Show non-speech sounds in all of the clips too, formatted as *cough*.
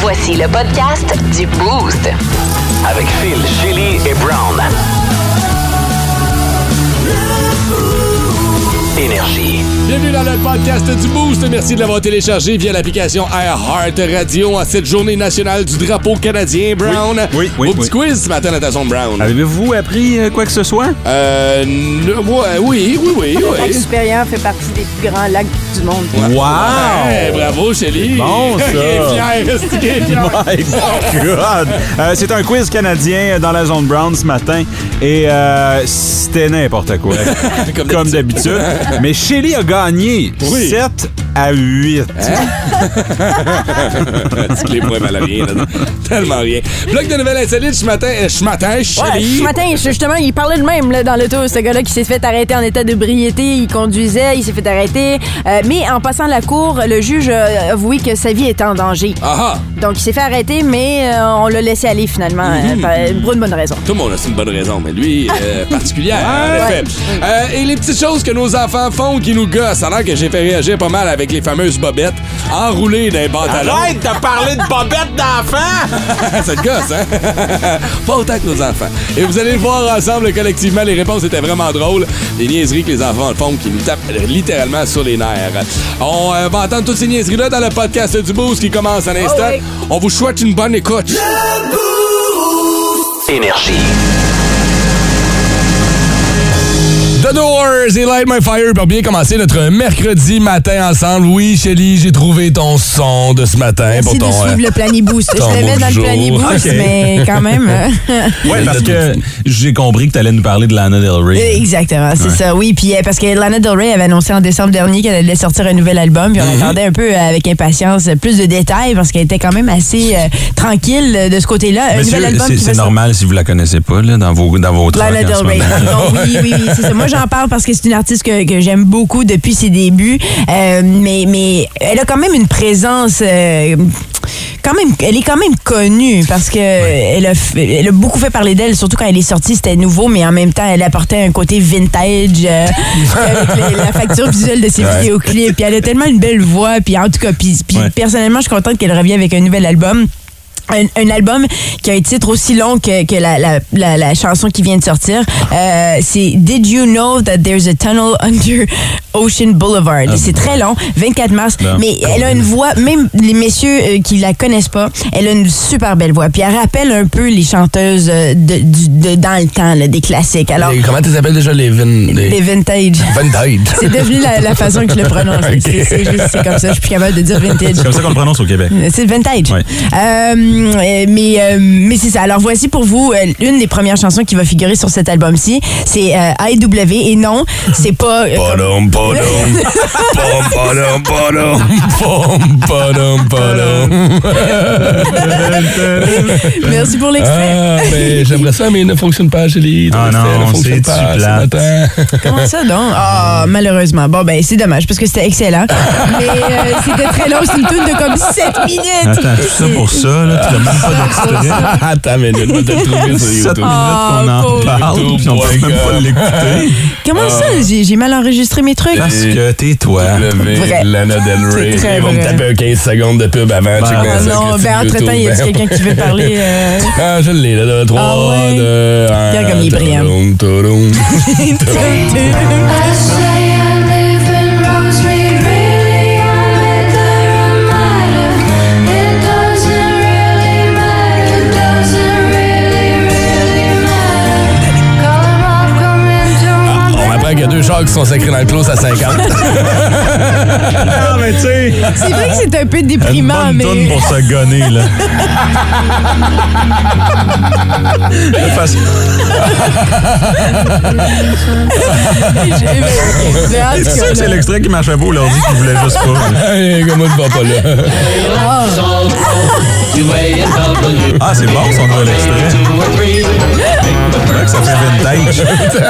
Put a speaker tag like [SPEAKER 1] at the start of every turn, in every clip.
[SPEAKER 1] Voici le podcast du Boost.
[SPEAKER 2] Avec Phil, Chili et Brown. Énergie.
[SPEAKER 3] Bienvenue dans le podcast du Boost. Merci de l'avoir téléchargé via l'application iHeart Radio en cette journée nationale du drapeau canadien Brown.
[SPEAKER 4] Oui, oui, Ah
[SPEAKER 3] Au petit
[SPEAKER 4] oui.
[SPEAKER 3] quiz ce matin, Natasha Brown.
[SPEAKER 4] Avez-vous appris euh, quoi que ce soit?
[SPEAKER 3] Euh, ne- ouais, oui, oui, oui,
[SPEAKER 5] Le
[SPEAKER 4] Ah,
[SPEAKER 5] lac
[SPEAKER 3] oui.
[SPEAKER 5] supérieur fait partie des plus grands lacs du monde.
[SPEAKER 4] Wow!
[SPEAKER 3] Ouais, Ah, *laughs* bravo, Chélie. *laughs*
[SPEAKER 4] bon, ça.
[SPEAKER 3] Il est fier, est-ce *laughs* qu'il est fier?
[SPEAKER 4] My God! Euh, c'est un quiz canadien dans la zone brown ce matin et euh, c'était n'importe quoi.
[SPEAKER 3] Comme
[SPEAKER 4] *laughs* Comme d'habitude. Mais Shelly a gagné
[SPEAKER 3] Oui.
[SPEAKER 4] 7 à 8.
[SPEAKER 3] Petit
[SPEAKER 4] *laughs*
[SPEAKER 3] clé pour mal à rien, là. Tellement rien. Bloc de nouvelles insolites ce matin, euh, ce matin,
[SPEAKER 5] Ouais,
[SPEAKER 3] Chélie.
[SPEAKER 5] ce matin, je- justement, il parlait de même là, dans l'auto, ce gars-là qui s'est fait arrêter en état d'ébriété. Il conduisait, il s'est fait arrêter. Euh, mais en passant la cour, le juge a avoué que sa vie était en danger.
[SPEAKER 3] Ah ah,
[SPEAKER 5] Donc, il s'est fait arrêter, mais euh, on l'a laissé aller finalement,
[SPEAKER 3] Mm-hmm.
[SPEAKER 5] euh, par- pour une bonne raison.
[SPEAKER 3] tout le monde a une bonne raison, mais lui, euh, particulière, en effet. Euh, et les petites choses que nos enfants font qui nous gossent, alors que j'ai fait réagir pas mal avec les fameuses bobettes enroulées d'un pantalon.
[SPEAKER 4] de parler de bobette d'enfant!
[SPEAKER 3] *laughs* Ça te gosse, hein? *laughs* Pas autant que nos enfants. Et vous allez le voir ensemble, collectivement, les réponses étaient vraiment drôles. Les niaiseries que les enfants font qui nous tapent littéralement sur les nerfs. On euh, va entendre toutes ces niaiseries-là dans le podcast du Boost qui commence à l'instant.
[SPEAKER 5] oui.
[SPEAKER 3] On vous souhaite une bonne écoute.
[SPEAKER 2] Énergie.
[SPEAKER 3] The Doors et Light My Fire pour bien commencer notre mercredi matin ensemble. Oui, Shelly, j'ai trouvé ton son de ce matin
[SPEAKER 5] Merci de
[SPEAKER 3] pour ton... euh,
[SPEAKER 5] suivre le planning boost. Je
[SPEAKER 3] ton
[SPEAKER 5] le
[SPEAKER 3] mot
[SPEAKER 5] mets
[SPEAKER 3] du
[SPEAKER 5] dans le
[SPEAKER 3] jour.
[SPEAKER 5] planning
[SPEAKER 3] *laughs*
[SPEAKER 5] boost,
[SPEAKER 4] Ok.
[SPEAKER 5] mais quand même. euh,
[SPEAKER 4] Ouais, parce que j'ai compris que t'allais nous parler de Lana Del Rey.
[SPEAKER 5] Exactement, c'est ça. Oui, puis euh, parce que Lana Del Rey avait annoncé en décembre dernier qu'elle allait sortir un nouvel album, puis on
[SPEAKER 4] Mm-hmm.
[SPEAKER 5] attendait un peu euh, avec impatience euh, plus de détails parce qu'elle était quand même assez euh, tranquille euh, de ce côté-là. Un
[SPEAKER 4] Monsieur,
[SPEAKER 5] nouvel album
[SPEAKER 4] c'est-
[SPEAKER 5] qui va
[SPEAKER 4] c'est normal si vous la connaissez pas là, dans vos, dans vos
[SPEAKER 5] sortir.
[SPEAKER 4] trucks
[SPEAKER 5] Lana
[SPEAKER 4] en ce
[SPEAKER 5] Del Rey.
[SPEAKER 4] moment.
[SPEAKER 5] Donc, oui, oui, oui, c'est ça. Moi, j'en parle parce que c'est une artiste que, que j'aime beaucoup depuis ses débuts. Euh, mais, mais elle a quand même une présence. euh, quand même, elle est quand même connue parce que elle, a, f- elle a beaucoup fait parler d'elle, surtout quand elle est sortie, c'était nouveau, mais en même temps, elle apportait un côté vintage
[SPEAKER 4] *laughs*
[SPEAKER 5] euh, avec les- la facture visuelle de ses vidéoclips. Puis elle a tellement une belle voix. Puis en tout cas, puis, puis
[SPEAKER 4] Ouais.
[SPEAKER 5] personnellement, je suis contente qu'elle revienne avec un nouvel album. Un, un album qui a un titre aussi long que, que la, la, la, la chanson qui vient de sortir. Euh, c'est Did You Know That There's a Tunnel Under Ocean Boulevard? Et c'est très long, 24 mars.
[SPEAKER 4] Ben,
[SPEAKER 5] mais elle a une voix, même les messieurs euh, qui la connaissent pas, elle a une super belle voix. Puis elle rappelle un peu les chanteuses euh, de, du- de- dans le temps, là, des classiques. Alors,
[SPEAKER 6] Les- comment tu t'appelles déjà les vin...
[SPEAKER 5] les
[SPEAKER 6] Les...
[SPEAKER 5] vintage. *laughs*
[SPEAKER 6] Vintage.
[SPEAKER 5] C'est devenu la, la façon que je le prononce. C'est- C'est juste, c'est comme ça, je suis plus capable de dire vintage.
[SPEAKER 4] C'est comme ça qu'on le prononce au Québec.
[SPEAKER 5] C'est le vintage.
[SPEAKER 4] Ouais.
[SPEAKER 5] Euh, euh, mais euh, mais c'est ça. Alors voici pour vous euh, une des premières chansons qui va figurer sur cet album-ci. C'est euh, IW. Et non, c'est
[SPEAKER 4] *laughs*
[SPEAKER 5] pas. euh, comme-
[SPEAKER 6] Padum, padum. Pom, padum, padum. Pom, padum,
[SPEAKER 5] *laughs*
[SPEAKER 6] padum.
[SPEAKER 5] *laughs* Merci pour l'extrait.
[SPEAKER 6] Ah, mais j'aimerais ça, mais il ne fonctionne pas, Julie.
[SPEAKER 4] Ah non,
[SPEAKER 6] Il ne fonctionne
[SPEAKER 4] c'est-tu
[SPEAKER 6] pas ce
[SPEAKER 4] plate? *laughs*
[SPEAKER 6] matin.
[SPEAKER 5] Comment ça donc? Ah, malheureusement. Bon, ben, c'est dommage parce que c'était excellent. Mais euh, c'était très long. C'est une tune de comme 7 minutes. Ah.
[SPEAKER 4] Attends, tout ça pour ça, là, tu l'as même Ah, pas d'extrait.
[SPEAKER 6] Attends, mais je vais te le trouver sur
[SPEAKER 4] Sept minutes
[SPEAKER 6] YouTube.
[SPEAKER 4] qu'on en
[SPEAKER 5] pauvre.
[SPEAKER 4] parle, puis on peut même pas l'écouter.
[SPEAKER 5] Comment ça? J'ai j'ai mal enregistré mes trucs.
[SPEAKER 4] Parce que tais-toi.
[SPEAKER 5] Vrai.
[SPEAKER 6] Levé, Lana Del Rey.
[SPEAKER 5] C'est très
[SPEAKER 6] Ah. Ils vont me
[SPEAKER 5] vrai.
[SPEAKER 6] taper un 15 secondes de pub avant.
[SPEAKER 4] Bah.
[SPEAKER 6] check bien
[SPEAKER 5] Ah
[SPEAKER 6] ça,
[SPEAKER 5] non,
[SPEAKER 6] Christy,
[SPEAKER 5] ben, entre-temps,
[SPEAKER 6] *laughs*
[SPEAKER 5] il y a
[SPEAKER 6] YouTube.
[SPEAKER 5] quelqu'un qui veut parler. euh, *laughs*
[SPEAKER 6] Ah, je l'ai, là, 3,
[SPEAKER 5] Ah ouais.
[SPEAKER 6] 2, 1.
[SPEAKER 5] Regarde comme il brille, hein. *laughs*
[SPEAKER 4] *laughs*
[SPEAKER 7] I say I live in Rosemary, really I'm at the reminder. It doesn't really matter, it doesn't really, really matter. Color up, come into my
[SPEAKER 6] On m'apprend qu'il y a deux chars qui sont sacrés dans le clos à
[SPEAKER 5] *laughs*
[SPEAKER 6] 50.
[SPEAKER 4] Ah, mais tu sais,
[SPEAKER 5] C'est vrai que c'est un peu
[SPEAKER 4] une
[SPEAKER 5] déprimant,
[SPEAKER 4] bonne toune
[SPEAKER 5] mais.
[SPEAKER 4] pour se gonner, là. Parce que *laughs*
[SPEAKER 5] Mais en tout
[SPEAKER 4] c'est
[SPEAKER 5] cas,
[SPEAKER 4] sûr que c'est
[SPEAKER 5] là-
[SPEAKER 4] l'extrait qui marchait pas l'ordi qui voulait
[SPEAKER 3] *laughs*
[SPEAKER 4] juste pas.
[SPEAKER 6] Hey, Comment tu vas pas là?
[SPEAKER 4] Ah, c'est bon son nouvel extrait. C'est vrai que ça fait
[SPEAKER 3] *laughs*
[SPEAKER 4] vintage.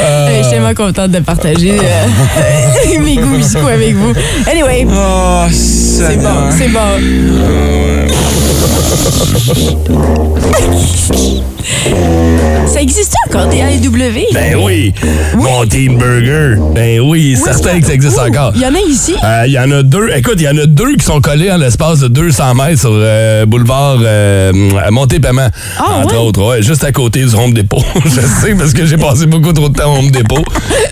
[SPEAKER 5] Euh, Je suis
[SPEAKER 4] Ah.
[SPEAKER 5] tellement contente de partager euh, *laughs* mes goûts musicaux avec vous. Anyway,
[SPEAKER 4] Oh, c'est bon.
[SPEAKER 5] c'est bon. Ça existe encore, des AEW?
[SPEAKER 3] Ben oui. Mon Team Burger. Ben oui, certain que ça existe
[SPEAKER 5] Ouh,
[SPEAKER 3] encore.
[SPEAKER 5] Il y en a ici?
[SPEAKER 3] Euh, Il y en a deux. Écoute, il y en a deux qui sont collés en l'espace de 200 mètres sur euh, boulevard euh, Montépaiement,
[SPEAKER 5] Ah,
[SPEAKER 3] entre
[SPEAKER 5] ouais?
[SPEAKER 3] autres. Ouais, juste à côté du Home Depot. *laughs* Je sais parce que j'ai passé beaucoup trop de temps au Home Depot.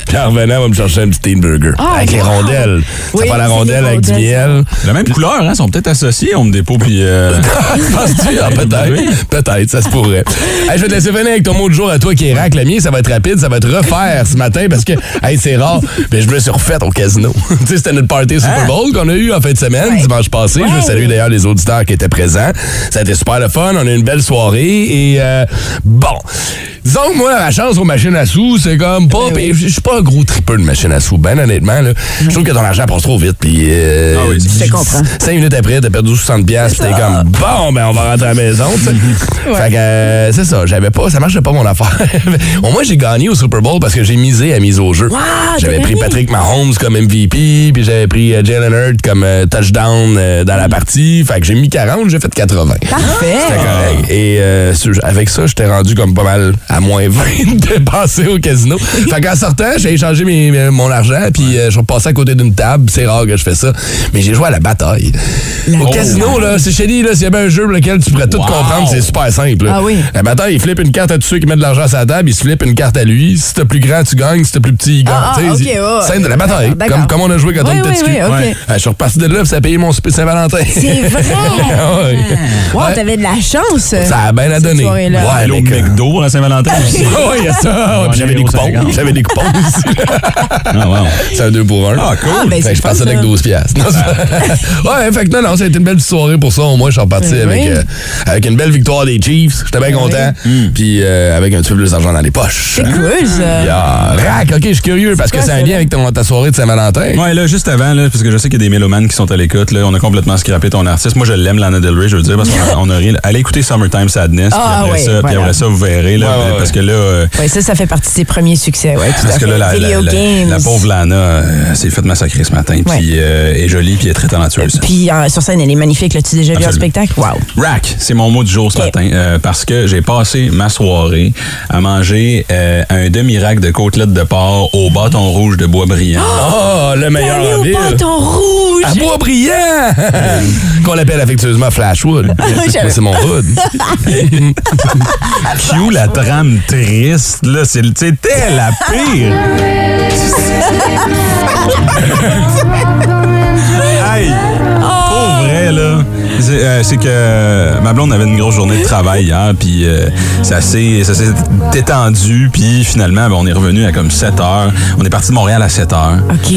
[SPEAKER 3] Puis en revenant, on va me chercher un petit Teen Burger.
[SPEAKER 5] Ah,
[SPEAKER 3] avec les
[SPEAKER 5] wow!
[SPEAKER 3] rondelles.
[SPEAKER 5] Oui,
[SPEAKER 3] ça prend la
[SPEAKER 5] c'est des
[SPEAKER 3] rondelle avec du
[SPEAKER 5] rondelles, ça.
[SPEAKER 3] miel.
[SPEAKER 4] La même couleur, hein? sont peut-être associés, on me dépôt, puis... euh,
[SPEAKER 3] Penses-tu? *laughs* Ah, peut-être. Peut-être, ça se pourrait. Hey, je vais te laisser venir avec ton mot de jour à toi qui est rack. Le mien, ça va être rapide, ça va te refaire ce matin parce que hey, c'est rare. Mais je me suis refait au casino. *laughs* tu sais, c'était notre party Super Bowl qu'on a eu en fin de semaine, dimanche passé. Je veux saluer d'ailleurs les auditeurs qui étaient présents. Ça a été super le fun. On a eu une belle soirée. Et euh, bon. Disons que moi, la chance aux machines à sous, c'est comme pas. puis Je je suis pas un gros tripeux de machines à sous, ben honnêtement. là. Je trouve que ton argent passe trop vite. Puis, euh,
[SPEAKER 4] Ah oui, je
[SPEAKER 5] te comprends.
[SPEAKER 3] 5 minutes après, t'as perdu 60 pièces, t'es comme bon, ben on va rentrer à la maison.
[SPEAKER 5] *laughs*
[SPEAKER 3] tu sais. Fait que euh, c'est ça, j'avais pas, ça marchait pas mon affaire. *laughs* au moins j'ai gagné au Super Bowl parce que j'ai misé à mise au jeu.
[SPEAKER 5] t'as
[SPEAKER 3] j'avais pris
[SPEAKER 5] gagné.
[SPEAKER 3] Patrick Mahomes comme MVP, puis j'avais pris euh, Jalen Hurts comme euh, touchdown euh,
[SPEAKER 5] Mm.
[SPEAKER 3] dans la partie. Fait que j'ai mis 40, j'ai fait 80. C'était
[SPEAKER 5] Parfait.
[SPEAKER 3] correct. Et euh, sur- avec ça, j'étais rendu comme pas mal à moins *laughs* 20 dépensé au casino. Fait qu'en sortant, j'ai échangé mes- mes- mon argent, puis euh, je suis repassé à côté d'une table. C'est rare que je fais ça. Mais j'ai joué à la bataille. au casino, là, c'est chez lui, là, s'il y avait un jeu pour lequel tu pourrais tout comprendre, c'est super simple. là.
[SPEAKER 5] Ah oui.
[SPEAKER 3] La bataille, il flippe une carte à tous ceux qui mettent de l'argent sur la table, il se flippe une carte à lui. Si t'es plus grand, tu gagnes. Si t'es plus petit, il gagne.
[SPEAKER 5] Ah, ah,
[SPEAKER 3] Tu sais,
[SPEAKER 5] ok,
[SPEAKER 3] c'est-
[SPEAKER 5] ouais, ouais. Ah,
[SPEAKER 3] scène de la bataille,
[SPEAKER 5] D'accord,
[SPEAKER 3] comme,
[SPEAKER 5] d'accord.
[SPEAKER 3] comme on a joué quand
[SPEAKER 5] Oui,
[SPEAKER 3] on était
[SPEAKER 5] oui,
[SPEAKER 3] petit.
[SPEAKER 5] oui, ok.
[SPEAKER 3] Ouais. Euh, Je suis reparti de là, puis ça a payé mon souper Saint-Valentin. Ah *laughs*
[SPEAKER 4] *laughs*
[SPEAKER 5] C'est vrai!
[SPEAKER 3] Ouais.
[SPEAKER 5] Wow,
[SPEAKER 3] Ouais.
[SPEAKER 5] t'avais de la chance.
[SPEAKER 3] Ça a bien à donner.
[SPEAKER 5] soirée là.
[SPEAKER 3] Ouais,
[SPEAKER 4] Allô,
[SPEAKER 3] mais que-
[SPEAKER 4] McDo, la Saint-Valentin. aussi.
[SPEAKER 3] Ah *laughs* ouais, il y a ça. Ouais, puis J'avais des coupons.
[SPEAKER 4] 50.
[SPEAKER 3] J'avais des coupons aussi. *laughs*
[SPEAKER 4] Ah, wow.
[SPEAKER 3] C'est un 2 pour 1. Ah,
[SPEAKER 5] cool. Ah, ben,
[SPEAKER 3] fait
[SPEAKER 5] c'est
[SPEAKER 3] que je
[SPEAKER 5] fun,
[SPEAKER 3] passais
[SPEAKER 5] ça.
[SPEAKER 3] avec 12 piastres. Non, c'est pas-
[SPEAKER 5] *laughs*
[SPEAKER 3] ouais, fait que non, non, ça a été une belle petite soirée pour ça. Au moins, je suis reparti
[SPEAKER 5] Ben
[SPEAKER 3] avec,
[SPEAKER 5] oui. Ben
[SPEAKER 3] euh, avec une belle victoire des Chiefs. J'étais bien content. Puis euh, avec un petit peu plus d'argent dans les poches.
[SPEAKER 5] C'est cool, ça.
[SPEAKER 3] Yeah. Rack, ok, je suis curieux parce que
[SPEAKER 5] quoi,
[SPEAKER 3] c'est un
[SPEAKER 5] ça?
[SPEAKER 3] lien avec ton- ta soirée de Saint-Valentin.
[SPEAKER 4] Ouais, là, juste avant, là, parce que je sais qu'il y a des mélomanes qui sont à l'écoute, là, on a complètement scrappé ton artiste. Moi, je l'aime, Lana Del Rey, je veux dire, parce qu'on a, on a ri. Allez écouter Summertime Sadness,
[SPEAKER 5] Ah,
[SPEAKER 4] puis, après
[SPEAKER 5] ouais,
[SPEAKER 4] ça, puis
[SPEAKER 5] voilà.
[SPEAKER 4] après ça, vous verrez, là,
[SPEAKER 3] Ouais, ouais,
[SPEAKER 4] parce que là, euh,
[SPEAKER 5] Ouais, ça, ça fait partie de ses premiers succès. Ouais, tout à
[SPEAKER 4] parce que là,
[SPEAKER 5] fait.
[SPEAKER 4] la, la,
[SPEAKER 5] Video
[SPEAKER 4] la-
[SPEAKER 5] games.
[SPEAKER 4] la pauvre Lana euh, s'est faite massacrer ce matin, puis
[SPEAKER 5] Ouais.
[SPEAKER 4] euh, est jolie, puis est très talentueuse.
[SPEAKER 5] Puis euh, sur scène, elle est magnifique. L'as-tu déjà vu en
[SPEAKER 4] Absolument.
[SPEAKER 5] spectacle? Wow.
[SPEAKER 4] Rack, c'est mon mot du jour ce
[SPEAKER 5] Ok.
[SPEAKER 4] matin, euh, parce que j'ai passé ma soirée à manger euh, un demi-rack de côtelettes de porc au bâton rouge de bois brillant.
[SPEAKER 3] Oh, le meilleur en
[SPEAKER 5] Allez au
[SPEAKER 3] ville.
[SPEAKER 5] bâton rouge!
[SPEAKER 3] À bois brillant!
[SPEAKER 5] *laughs*
[SPEAKER 3] Qu'on l'appelle affectueusement Flashwood. Moi, c'est mon hood.
[SPEAKER 4] Q, la trame triste, là, c'est- c'était la pire. Aïe! Pour vrai, là. C'est euh, c'est que ma blonde avait une grosse journée de travail hier, puis euh, ça s'est ça s'est détendu, puis finalement, ben, on est revenu à comme 7 heures. On est parti de Montréal à 7 heures.
[SPEAKER 5] OK.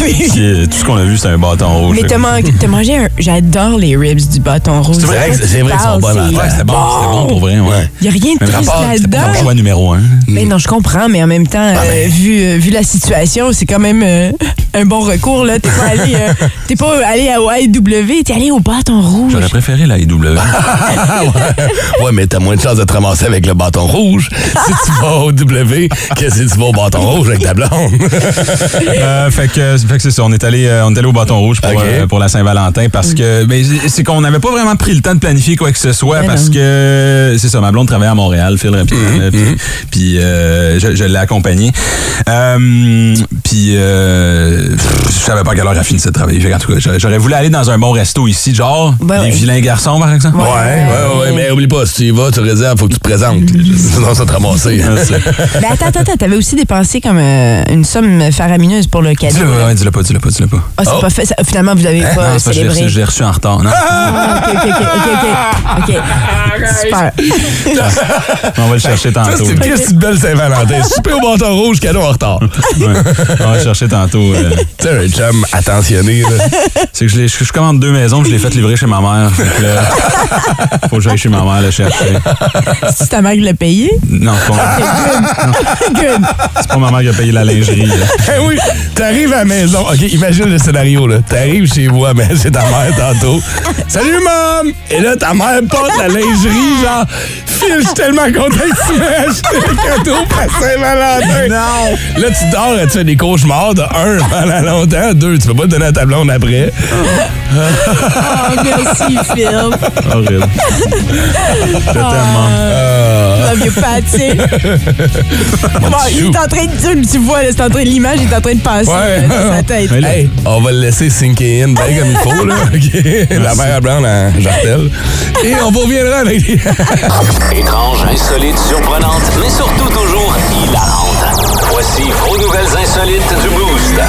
[SPEAKER 4] Puis, euh, tout ce qu'on a vu, c'est un bâton rouge.
[SPEAKER 5] Mais t'as man- t'as mangé un. J'adore les ribs du bâton rouge.
[SPEAKER 3] C'est vrai que- c'est vrai qu'ils sont bonnes en
[SPEAKER 5] Il
[SPEAKER 3] temps.
[SPEAKER 4] Ouais, c'était bon, c'était bon pour vrai, ouais.
[SPEAKER 5] n'y a rien de
[SPEAKER 4] Même
[SPEAKER 5] triste
[SPEAKER 3] rapport, c'est
[SPEAKER 4] C'était
[SPEAKER 5] là-dedans.
[SPEAKER 4] mon choix numéro un.
[SPEAKER 5] Mais non, je comprends, mais en même temps, euh, vu, euh, vu la situation, c'est quand même euh, un bon recours. là. T'es pas allé, euh, t'es pas allé à AEW, t'es allé au bâton rouge.
[SPEAKER 4] J'aurais préféré la IW.
[SPEAKER 3] Ah *laughs* ouais. ouais, mais t'as moins de chances de te ramasser avec le bâton rouge si tu vas au W que si tu vas au bâton rouge avec ta blonde.
[SPEAKER 4] Euh, fait que, fait que c'est ça. On est allé, euh, on est allé au bâton rouge pour,
[SPEAKER 3] Ok. Mm.
[SPEAKER 4] euh, pour la Saint-Valentin parce que ben, c'est qu'on n'avait pas vraiment pris le temps de planifier quoi que ce soit
[SPEAKER 5] Ben
[SPEAKER 4] parce
[SPEAKER 5] non.
[SPEAKER 4] que c'est ça. Ma blonde travaille à Montréal, Phil rapidement,
[SPEAKER 3] Mm-hmm.
[SPEAKER 4] là, puis, puis, euh, je, je l'ai accompagnée. Euh, puis euh, pff, je savais pas à quelle heure elle finissait de travailler. Fait qu'en tout cas, j'aurais- j'aurais voulu aller dans un bon resto ici, genre
[SPEAKER 5] Ben
[SPEAKER 4] les
[SPEAKER 5] ouais.
[SPEAKER 4] vilains garçons par exemple.
[SPEAKER 3] Ouais, ouais, ouais, mais oublie pas, si tu y vas, tu réserves, faut que tu te présentes. Sinon, ça va te ramasser.
[SPEAKER 5] Ben attends, attends, attends, t'avais aussi dépensé comme euh, une somme faramineuse pour le
[SPEAKER 3] *laughs*
[SPEAKER 5] cadeau.
[SPEAKER 4] Dis-le ouais, dis-le pas, dis-le pas, dis-le pas.
[SPEAKER 5] Ah, c'est pas fait. ça- finalement, vous avez pas
[SPEAKER 4] non, c'est parce que je l'ai
[SPEAKER 5] célébré.
[SPEAKER 4] reçu- je l'ai reçu en
[SPEAKER 3] *laughs*
[SPEAKER 4] retard. Non.
[SPEAKER 5] Ah, ok, ok, ok, ok, ok. ok. Super.
[SPEAKER 4] On va le chercher
[SPEAKER 3] Ça,
[SPEAKER 4] tantôt.
[SPEAKER 3] c'est une crise de belle Saint-Valentin. Super au bâton rouge, cadeau en retard.
[SPEAKER 4] Ouais. On va le chercher tantôt. euh.
[SPEAKER 3] Tu sais, un chum attentionné, là.
[SPEAKER 4] C'est que je, l'ai- je, je commande deux maisons, puis je l'ai fait livrer chez ma mère. Fait que *laughs* là, faut que j'aille chez ma mère le chercher.
[SPEAKER 5] C'est ta mère qui l'a payé?
[SPEAKER 4] Non, c'est pas,
[SPEAKER 5] Good.
[SPEAKER 4] c'est pas ma mère qui a payé la lingerie. là. *laughs*
[SPEAKER 3] Eh oui, t'arrives à la raison. OK, imagine le scénario, là. T'arrives chez moi, mais c'est ta mère tantôt. Salut, maman! Et là, ta mère porte la lingerie, genre, Phil, je suis tellement content que tu m'as acheté un cadeau pour Saint-Valentin. Non! Là, tu dors, tu fais des cauchemars de un pendant longtemps, deux, tu peux pas te donner à ta blonde après.
[SPEAKER 5] Oh, merci, Phil. Love
[SPEAKER 4] Horrible. Je
[SPEAKER 5] *laughs*
[SPEAKER 4] t'aime.
[SPEAKER 5] you, Patty. Bon, il est en train de dire, tu vois, là, c'est en train de l'image, il est en train de passer
[SPEAKER 3] Ouais.
[SPEAKER 5] euh, dans sa tête.
[SPEAKER 4] Mais là,
[SPEAKER 3] Hey, on va le laisser sinker in bien comme il faut, là. OK? La mère à Brown, hein, j'appelle. Et on vous reviendra avec les...
[SPEAKER 8] Étrange, insolite, surprenante, mais surtout toujours hilarante. Voici vos nouvelles insolites du Boost.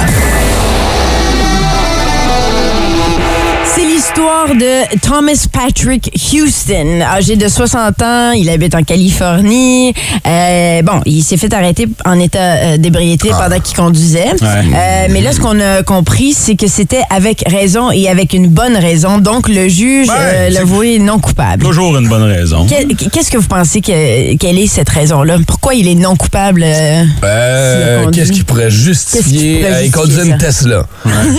[SPEAKER 5] C'est l'histoire de Thomas Patrick Houston, âgé de 60 ans. Il habite en Californie. Euh, bon, il s'est fait arrêter en état euh, d'ébriété
[SPEAKER 4] Ah.
[SPEAKER 5] pendant qu'il conduisait. Euh, mais là, ce qu'on a compris, c'est que c'était avec raison et avec une bonne raison. Donc, le juge
[SPEAKER 4] Ouais,
[SPEAKER 5] euh, l'a
[SPEAKER 4] c'est-
[SPEAKER 5] voué non coupable.
[SPEAKER 4] Toujours une bonne raison.
[SPEAKER 5] Que- Qu'est-ce que vous pensez que, quelle est cette raison-là? Pourquoi il est non coupable? euh?
[SPEAKER 3] Euh,
[SPEAKER 5] S'il a
[SPEAKER 3] Qu'est-ce
[SPEAKER 5] conduit.
[SPEAKER 3] qui pourrait
[SPEAKER 5] Qu'est-ce qui
[SPEAKER 3] justifier
[SPEAKER 5] pourrait
[SPEAKER 3] euh, il conduisait une Tesla?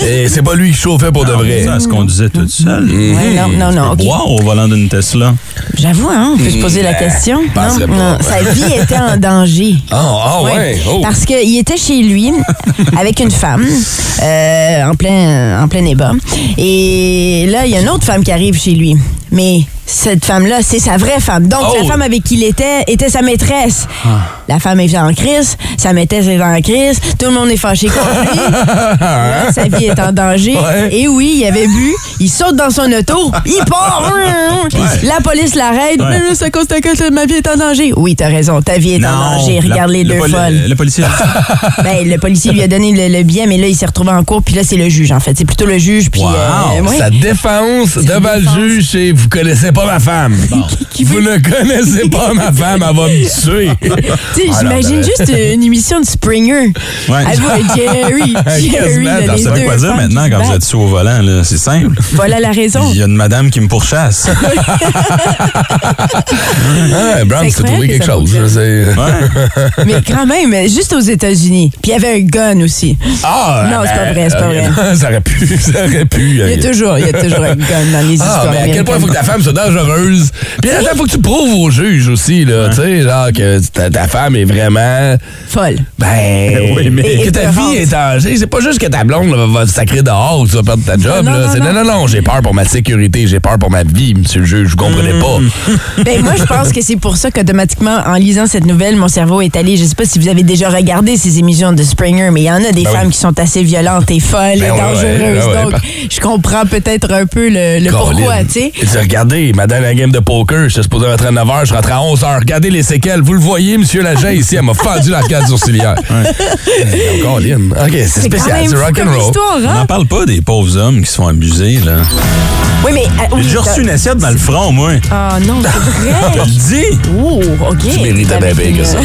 [SPEAKER 3] Et c'est pas lui qui chauffait pour de vrai.
[SPEAKER 4] Ah, Ça se conduisait toute seule.
[SPEAKER 3] Mhm.
[SPEAKER 5] Ouais, non, non, non. ok.
[SPEAKER 4] Mm-hmm. Boire au volant d'une Tesla.
[SPEAKER 5] J'avoue, hein, on peut se poser la question. Non,
[SPEAKER 3] penserais Mhm. pas.
[SPEAKER 5] non, sa vie était en danger.
[SPEAKER 3] *laughs* Ah, ah, ouais. Oh.
[SPEAKER 5] Parce qu'il était chez lui avec une femme euh, en, plein, en plein débat. Et là, il y a une autre femme qui arrive chez lui. Mais cette femme-là, c'est sa vraie femme. Donc,
[SPEAKER 3] Oh! Ah.
[SPEAKER 5] la femme avec qui il était était sa maîtresse. La femme est en crise, sa maîtresse est en crise, tout le monde est fâché contre
[SPEAKER 3] *laughs*
[SPEAKER 5] lui.
[SPEAKER 4] Hein?
[SPEAKER 5] Là, Hein? sa vie est
[SPEAKER 4] *laughs*
[SPEAKER 5] en danger.
[SPEAKER 3] Ouais.
[SPEAKER 5] Et oui, il avait bu, il saute dans son auto,
[SPEAKER 4] *laughs*
[SPEAKER 5] il part. La police l'arrête.
[SPEAKER 4] Ouais.
[SPEAKER 5] Mais C'est à cause de que ma vie est en danger. Oui, t'as raison, ta vie est en danger.
[SPEAKER 4] la-
[SPEAKER 5] Regarde les
[SPEAKER 4] le
[SPEAKER 5] deux
[SPEAKER 4] poli- *laughs*
[SPEAKER 5] folles.
[SPEAKER 4] Le policier.
[SPEAKER 5] Ben, le policier lui a donné le, le billet, mais là, il s'est retrouvé en cours, puis là, c'est le juge, en fait. C'est plutôt le juge, puis. euh, ouais.
[SPEAKER 3] Sa défense devant
[SPEAKER 5] défense.
[SPEAKER 3] le juge, c'est vous connaissez pas ma femme. Vous ne connaissez pas
[SPEAKER 5] *laughs*
[SPEAKER 3] ma femme, elle va me tuer.
[SPEAKER 5] Tu sais,
[SPEAKER 3] Ah, non,
[SPEAKER 5] j'imagine
[SPEAKER 3] ben-
[SPEAKER 5] juste euh, une émission de Springer.
[SPEAKER 4] Ouais.
[SPEAKER 5] Ah,
[SPEAKER 4] *laughs*
[SPEAKER 5] vous, Jerry, Jerry,
[SPEAKER 3] Quasiment,
[SPEAKER 5] là,
[SPEAKER 3] t'en
[SPEAKER 5] les
[SPEAKER 4] Vous savez
[SPEAKER 5] deux
[SPEAKER 4] quoi dire
[SPEAKER 5] femmes
[SPEAKER 4] maintenant
[SPEAKER 5] qui
[SPEAKER 4] quand vous
[SPEAKER 5] battent.
[SPEAKER 4] êtes sous au volant, là? C'est simple.
[SPEAKER 5] Voilà la raison.
[SPEAKER 4] *laughs* Il y a une madame qui me *laughs* pourchasse.
[SPEAKER 3] Ah, Brown,
[SPEAKER 5] C'est
[SPEAKER 3] tu t'es trouvé
[SPEAKER 5] incroyable que
[SPEAKER 3] quelque
[SPEAKER 5] ça
[SPEAKER 3] chose. je sais.
[SPEAKER 5] Mais quand même, juste aux États-Unis. Puis il y avait un gun aussi.
[SPEAKER 3] Ah,
[SPEAKER 5] Non, c'est pas vrai, c'est pas vrai.
[SPEAKER 3] *laughs* ça aurait pu, ça aurait pu. euh,
[SPEAKER 5] Il y a toujours, il y a
[SPEAKER 3] *laughs*
[SPEAKER 5] toujours un gun dans les
[SPEAKER 3] Ah,
[SPEAKER 5] histoires.
[SPEAKER 3] mais à quel point il faut que ta femme soit dangereuse. Puis à la fin, faut que tu prouves au juge aussi, là. Tu sais, genre, que ta, ta femme est vraiment.
[SPEAKER 5] Folle.
[SPEAKER 3] Ben.
[SPEAKER 4] oui, mais-
[SPEAKER 3] Que ta vie est en danger. C'est pas juste que ta blonde là, va te sacrer dehors ou tu vas perdre ta job,
[SPEAKER 5] Non,
[SPEAKER 3] là.
[SPEAKER 5] non,
[SPEAKER 3] C'est non,
[SPEAKER 5] non.
[SPEAKER 3] non, non, j'ai peur pour ma sécurité, j'ai peur pour ma vie, monsieur le juge, vous comprenez pas.
[SPEAKER 5] Ben, moi, je pense que c'est pour ça qu'automatiquement, en lisant cette nouvelle, mon cerveau est allé. Je sais pas si vous avez déjà regardé ces émissions de Springer, mais il y en a des
[SPEAKER 3] Ben oui.
[SPEAKER 5] femmes qui sont assez violentes et folles
[SPEAKER 3] Ben
[SPEAKER 5] et
[SPEAKER 3] ouais,
[SPEAKER 5] dangereuses.
[SPEAKER 3] ouais, ouais,
[SPEAKER 5] Donc,
[SPEAKER 3] ben-
[SPEAKER 5] je comprends peut-être un peu le, le pourquoi,
[SPEAKER 3] Caroline.
[SPEAKER 5] tu sais.
[SPEAKER 3] Et tu sais, regardez, ma dernière game de poker, j'étais supposé rentrer à 9h, je rentre à 11h. Regardez les séquelles. Vous le voyez, monsieur l'agent ici, elle m'a fendu l'arcade
[SPEAKER 4] *laughs*
[SPEAKER 3] sourcilière. Eh, Caroline. OK, c'est
[SPEAKER 5] C'est quand
[SPEAKER 3] spécial,
[SPEAKER 5] même
[SPEAKER 3] c'est
[SPEAKER 5] fou comme
[SPEAKER 3] rock'n'roll.
[SPEAKER 5] histoire,
[SPEAKER 4] On
[SPEAKER 5] hein?
[SPEAKER 4] n'en parle pas des pauvres hommes qui se font abuser, là.
[SPEAKER 5] Oui, mais. ah,
[SPEAKER 4] J'ai
[SPEAKER 5] oui,
[SPEAKER 4] déjà
[SPEAKER 5] t'as-
[SPEAKER 4] reçu une assiette dans le front, moi.
[SPEAKER 5] Ah non, c'est
[SPEAKER 4] Je
[SPEAKER 3] *laughs*
[SPEAKER 5] vrai.
[SPEAKER 4] le dis,
[SPEAKER 5] Oh, OK. Tu
[SPEAKER 3] mérites bien pire que ça.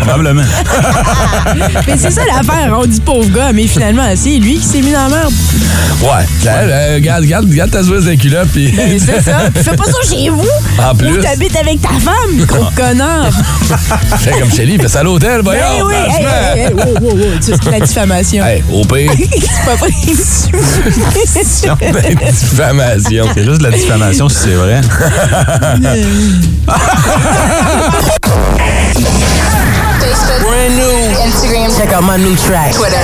[SPEAKER 4] probablement.
[SPEAKER 5] *laughs* Mais c'est ça l'affaire, on dit pauvre gars, mais finalement, c'est lui qui s'est mis dans la
[SPEAKER 3] *laughs*
[SPEAKER 5] merde.
[SPEAKER 3] Ouais. Là, là, regarde, regarde, regarde ta Suisse d'un culotte, puis.
[SPEAKER 5] Ben, C'est ça. Tu fais pas ça chez vous.
[SPEAKER 3] *laughs* En plus. Ah.
[SPEAKER 5] Ou t'habites avec ta femme, gros connard.
[SPEAKER 3] Fais comme Shelly, fais ça à l'hôtel, voyons.
[SPEAKER 5] Ben Eh oui, eh, hey,
[SPEAKER 3] franchement.
[SPEAKER 5] hey, hey, wow, wow, wow, tu risques oh, la
[SPEAKER 3] *laughs*
[SPEAKER 5] diffamation.
[SPEAKER 3] Hey, au pire,
[SPEAKER 5] C'est pas vrai.
[SPEAKER 3] ben,
[SPEAKER 5] *laughs*
[SPEAKER 3] diffamation.
[SPEAKER 4] C'est juste de la diffamation si c'est vrai.
[SPEAKER 2] Facebook. Instagram.
[SPEAKER 5] Check out my new track.
[SPEAKER 2] Twitter.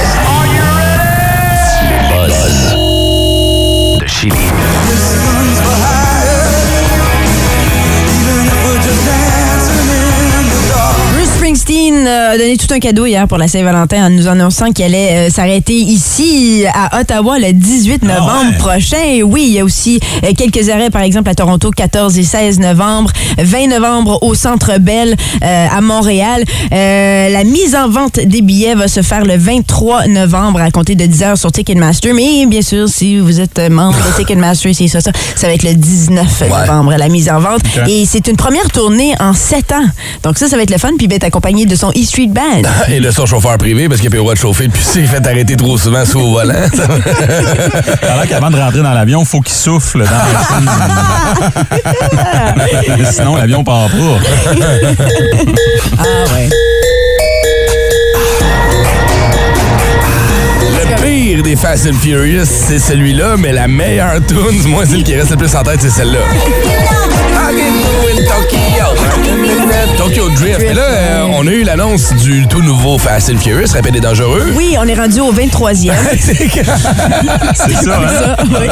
[SPEAKER 8] De Chili.
[SPEAKER 5] Bruce Springsteen euh, a donné tout un cadeau hier pour la Saint-Valentin en nous annonçant qu'il allait euh, s'arrêter ici à Ottawa le 18 novembre
[SPEAKER 4] ouais.
[SPEAKER 5] prochain. Et oui, il y a aussi euh, quelques arrêts, par exemple à Toronto, 14 et 16 novembre, 20 novembre au Centre Bell euh, à Montréal. Euh, la mise en vente des billets va se faire le 23 novembre à compter de 10 heures sur Ticketmaster. Mais bien sûr, si vous êtes euh, membre de Ticketmaster, c'est ça, ça, ça va être le 19 novembre la mise en vente. Et c'est une première tournée en 7 ans. Donc ça, ça va être le fun. Puis il va être accompagné de son E Street Band.
[SPEAKER 3] Et le son chauffeur privé, parce qu'il n'y a plus le droit de chauffer, puis s'il fait arrêter trop souvent sous au volant.
[SPEAKER 4] *laughs*
[SPEAKER 3] ça va-
[SPEAKER 4] Alors qu'avant de rentrer dans l'avion, faut qu'il souffle dans *laughs* la piscine. *laughs* Sinon, l'avion part pas.
[SPEAKER 5] Ah ouais.
[SPEAKER 3] Le pire pire des Fast and Furious, c'est celui-là, mais la meilleure tune, du moins celle qui reste le plus en tête, c'est celle-là. I get blue in Tokyo. Tokyo Drift. Mais là, euh, on a eu l'annonce du tout nouveau Fast and Furious, rapide et dangereux. *laughs*
[SPEAKER 5] Oui, on est rendu au 23e.
[SPEAKER 3] C'est que-
[SPEAKER 4] C'est ça, hein?
[SPEAKER 5] *laughs* Ça, oui.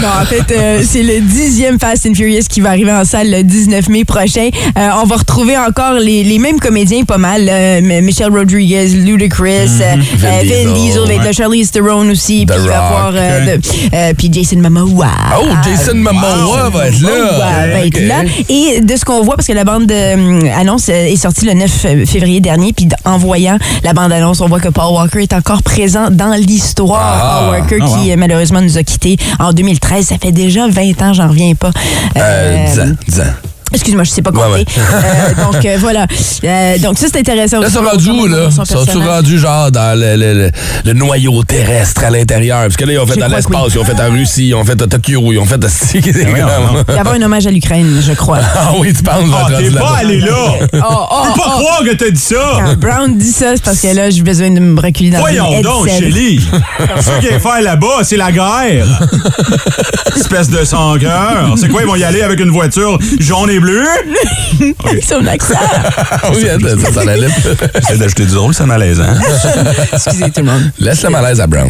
[SPEAKER 5] Non, en fait, euh, c'est le dixième Fast and Furious qui va arriver en salle le 19 mai prochain. Euh, on va retrouver encore les, les mêmes comédiens, pas mal. euh, M- Michelle Rodriguez, Ludacris, euh,
[SPEAKER 3] Mhm. Vin
[SPEAKER 5] euh,
[SPEAKER 3] Diesel,
[SPEAKER 5] Vin Diesel,
[SPEAKER 4] ouais.
[SPEAKER 5] de Charlize Theron aussi.
[SPEAKER 3] The
[SPEAKER 5] Puis il va y avoir, euh,
[SPEAKER 4] Rock,
[SPEAKER 5] de- euh, puis Jason Momoa.
[SPEAKER 3] Oh, Jason Momoa va être là.
[SPEAKER 5] Momoa va être
[SPEAKER 3] Ok.
[SPEAKER 5] là. Et de ce qu'on voit, parce que la bande euh, annonce euh, est sortie le 9 février dernier, puis d- en voyant la bande annonce, on voit que Paul Walker est encore présent dans l'histoire.
[SPEAKER 3] Ah.
[SPEAKER 5] Paul Walker
[SPEAKER 4] Ah,
[SPEAKER 5] qui
[SPEAKER 4] wow.
[SPEAKER 5] euh, malheureusement nous a quittés en 2013. Ça fait déjà 20 ans, j'en reviens pas. Euh,
[SPEAKER 3] Euh, dix ans, dix ans.
[SPEAKER 5] Excuse-moi, je sais pas compter.
[SPEAKER 3] Ouais, ouais.
[SPEAKER 5] Euh, donc euh, voilà. Euh, donc ça c'est intéressant.
[SPEAKER 3] Là,
[SPEAKER 5] aussi.
[SPEAKER 3] sont rendus, là.
[SPEAKER 5] Son
[SPEAKER 3] Sont-tu
[SPEAKER 5] personnage.
[SPEAKER 3] rendus, genre, dans le, le- le- le noyau terrestre à l'intérieur? Parce que là, ils ont fait
[SPEAKER 5] Je
[SPEAKER 3] dans
[SPEAKER 5] crois
[SPEAKER 3] l'espace,
[SPEAKER 5] que
[SPEAKER 3] ils ont fait en Russie, ils ont fait à Tokyo, ils ont *laughs* fait à...
[SPEAKER 4] oui, non, Ben non.
[SPEAKER 5] Il va y avoir un hommage à l'Ukraine, je crois.
[SPEAKER 3] Ah oui, tu penses,
[SPEAKER 4] Ah,
[SPEAKER 3] va
[SPEAKER 4] t'es pas allé là! *laughs*
[SPEAKER 5] Oh, oh,
[SPEAKER 4] Faut pas
[SPEAKER 5] oh.
[SPEAKER 4] croire que t'as dit ça!
[SPEAKER 5] Quand Brown dit ça, c'est parce que là, j'ai besoin de me reculer dans une
[SPEAKER 4] Voyons
[SPEAKER 5] headset.
[SPEAKER 4] donc, Shelly!
[SPEAKER 5] *laughs*
[SPEAKER 4] Ce qu'il y a à faire là-bas, c'est la guerre! Espèce de sangueur! C'est quoi, ils vont y aller avec une voiture jaune et bleue?
[SPEAKER 5] *laughs* Son accent.
[SPEAKER 3] Ah oui, attends, ça, ça la lève.
[SPEAKER 4] J'essaie d'ajouter du drôle, c'est malaisant.
[SPEAKER 5] Excusez tout le monde.
[SPEAKER 3] Laisse le malaise à Brown.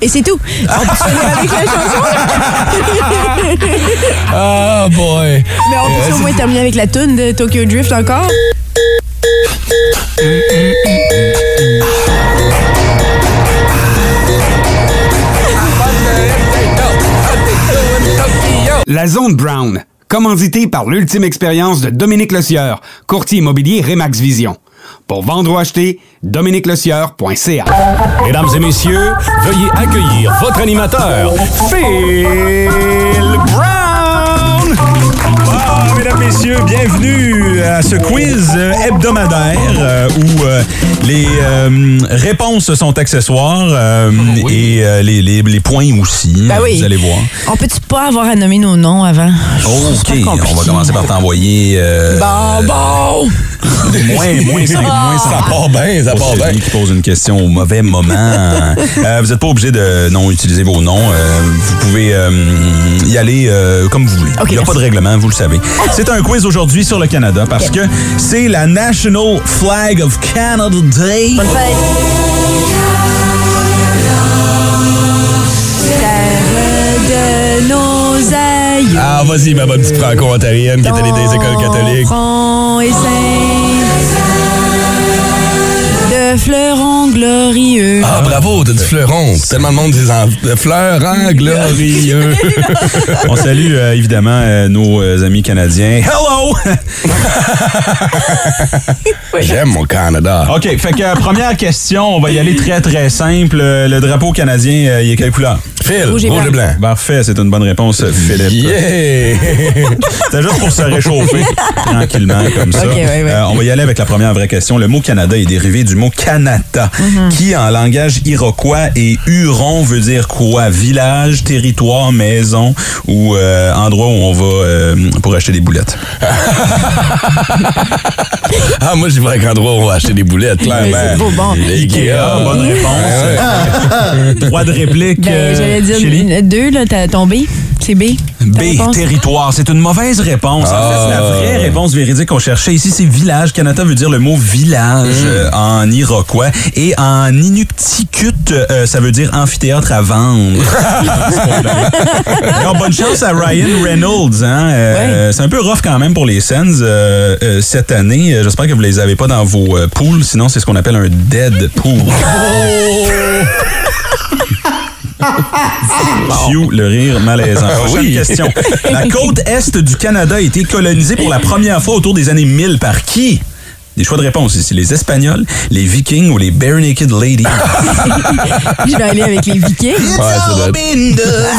[SPEAKER 5] Et c'est tout. On peut finir avec la chanson.
[SPEAKER 3] Ah, boy.
[SPEAKER 5] Mais on peut au moins terminer avec la tune de Tokyo Drift encore.
[SPEAKER 9] La Zone Brown, commandité par l'ultime expérience de Dominique Lecieur, courtier immobilier Remax Vision. Pour vendre ou acheter, dominiquelecieur.ca.
[SPEAKER 8] Mesdames et messieurs, veuillez accueillir votre animateur, Phil Brown.
[SPEAKER 4] Bon, mesdames, messieurs, bienvenue à ce quiz euh, hebdomadaire euh, où euh, les euh, réponses sont accessoires euh, et euh, les, les- les points aussi.
[SPEAKER 5] Ben oui.
[SPEAKER 4] Vous allez voir.
[SPEAKER 5] On peut-tu pas avoir à nommer nos noms avant?
[SPEAKER 4] OK, on va commencer par t'envoyer euh,
[SPEAKER 5] Bon, bon!
[SPEAKER 4] *laughs*
[SPEAKER 5] Ah.
[SPEAKER 4] moins, moins, cinq- moins cinq
[SPEAKER 3] Ça part bien, Ah, ben, ça
[SPEAKER 4] pour
[SPEAKER 3] part bien.
[SPEAKER 4] celui qui pose une question au mauvais moment. *laughs* Euh, vous n'êtes pas obligé de non utiliser vos noms. Euh, vous pouvez euh, y aller euh, comme vous voulez.
[SPEAKER 5] Ok,
[SPEAKER 4] Il n'y a pas
[SPEAKER 5] merci.
[SPEAKER 4] de règlement, vous le
[SPEAKER 5] *laughs*
[SPEAKER 4] savez. C'est un quiz aujourd'hui sur le Canada parce que c'est la National Flag of Canada Day.
[SPEAKER 5] Bonne fête! Terre de nos aïeux.
[SPEAKER 3] Ah, vas-y, ma bonne petite franco-ontarienne qui est allée dans les écoles catholiques.
[SPEAKER 5] Enfants et saints de fleurons glorieux.
[SPEAKER 3] Ah, bravo, t'as du fleuron. Tellement de monde disant
[SPEAKER 5] *laughs*
[SPEAKER 3] fleurant glorieux.
[SPEAKER 4] On salue euh, évidemment euh, nos euh, amis canadiens. Hello!
[SPEAKER 3] J'aime mon Canada.
[SPEAKER 4] OK, fait que euh, première question, on va y aller très très simple. Euh, Le drapeau canadien, euh, il est quelle couleur?
[SPEAKER 3] Phil, rouge
[SPEAKER 5] Rouge et blanc.
[SPEAKER 3] et blanc.
[SPEAKER 4] Parfait, c'est une bonne réponse, Philippe.
[SPEAKER 3] Yeah!
[SPEAKER 4] C'était juste pour se
[SPEAKER 5] *laughs*
[SPEAKER 4] réchauffer tranquillement comme ça.
[SPEAKER 5] Ok, ouais, ouais.
[SPEAKER 4] Euh, on va y aller avec la première vraie question. Le mot Canada est dérivé du mot Kanata,
[SPEAKER 5] Mm-hmm.
[SPEAKER 4] qui en langage iroquois et huron veut dire quoi? Village, territoire, maison ou euh, endroit où on va euh, pour acheter des boulettes.
[SPEAKER 3] Ah, moi, j'y vais avec endroit où on va acheter des boulettes, clairement.
[SPEAKER 5] c'est beau, bon.
[SPEAKER 3] Ikea,
[SPEAKER 4] bonne réponse. Ah, Droit de réplique.
[SPEAKER 5] Ben,
[SPEAKER 4] euh,
[SPEAKER 5] j'allais dire
[SPEAKER 4] Shelley?
[SPEAKER 5] une- deux, là, t'as tombé. C'est B. ta
[SPEAKER 4] B,
[SPEAKER 5] réponse?
[SPEAKER 4] territoire. C'est une mauvaise réponse. En fait, la vraie réponse véridique qu'on cherchait ici, c'est village. Canada veut dire le mot village euh, en iroquois. Et en inuktitut, euh, ça veut dire amphithéâtre à vendre. Alors, bonne chance à Ryan Reynolds. hein. Euh,
[SPEAKER 5] Ouais.
[SPEAKER 4] euh, c'est un peu rough quand même pour les Sens euh, euh, cette année. Euh, J'espère que vous les avez pas dans vos euh, pools. Sinon, c'est ce qu'on appelle un dead pool. Pew, le
[SPEAKER 3] *laughs*
[SPEAKER 4] rire malaisant. Prochaine
[SPEAKER 3] Ah oui.
[SPEAKER 4] question. La côte est du Canada a été colonisée pour la première fois autour des années 1000 par qui? Des choix de réponse ici. Les Espagnols, les Vikings ou les Bare Naked Ladies?
[SPEAKER 3] Ah,
[SPEAKER 4] Ah,
[SPEAKER 5] Je vais aller avec les Vikings.
[SPEAKER 3] Ouais, ça doit être-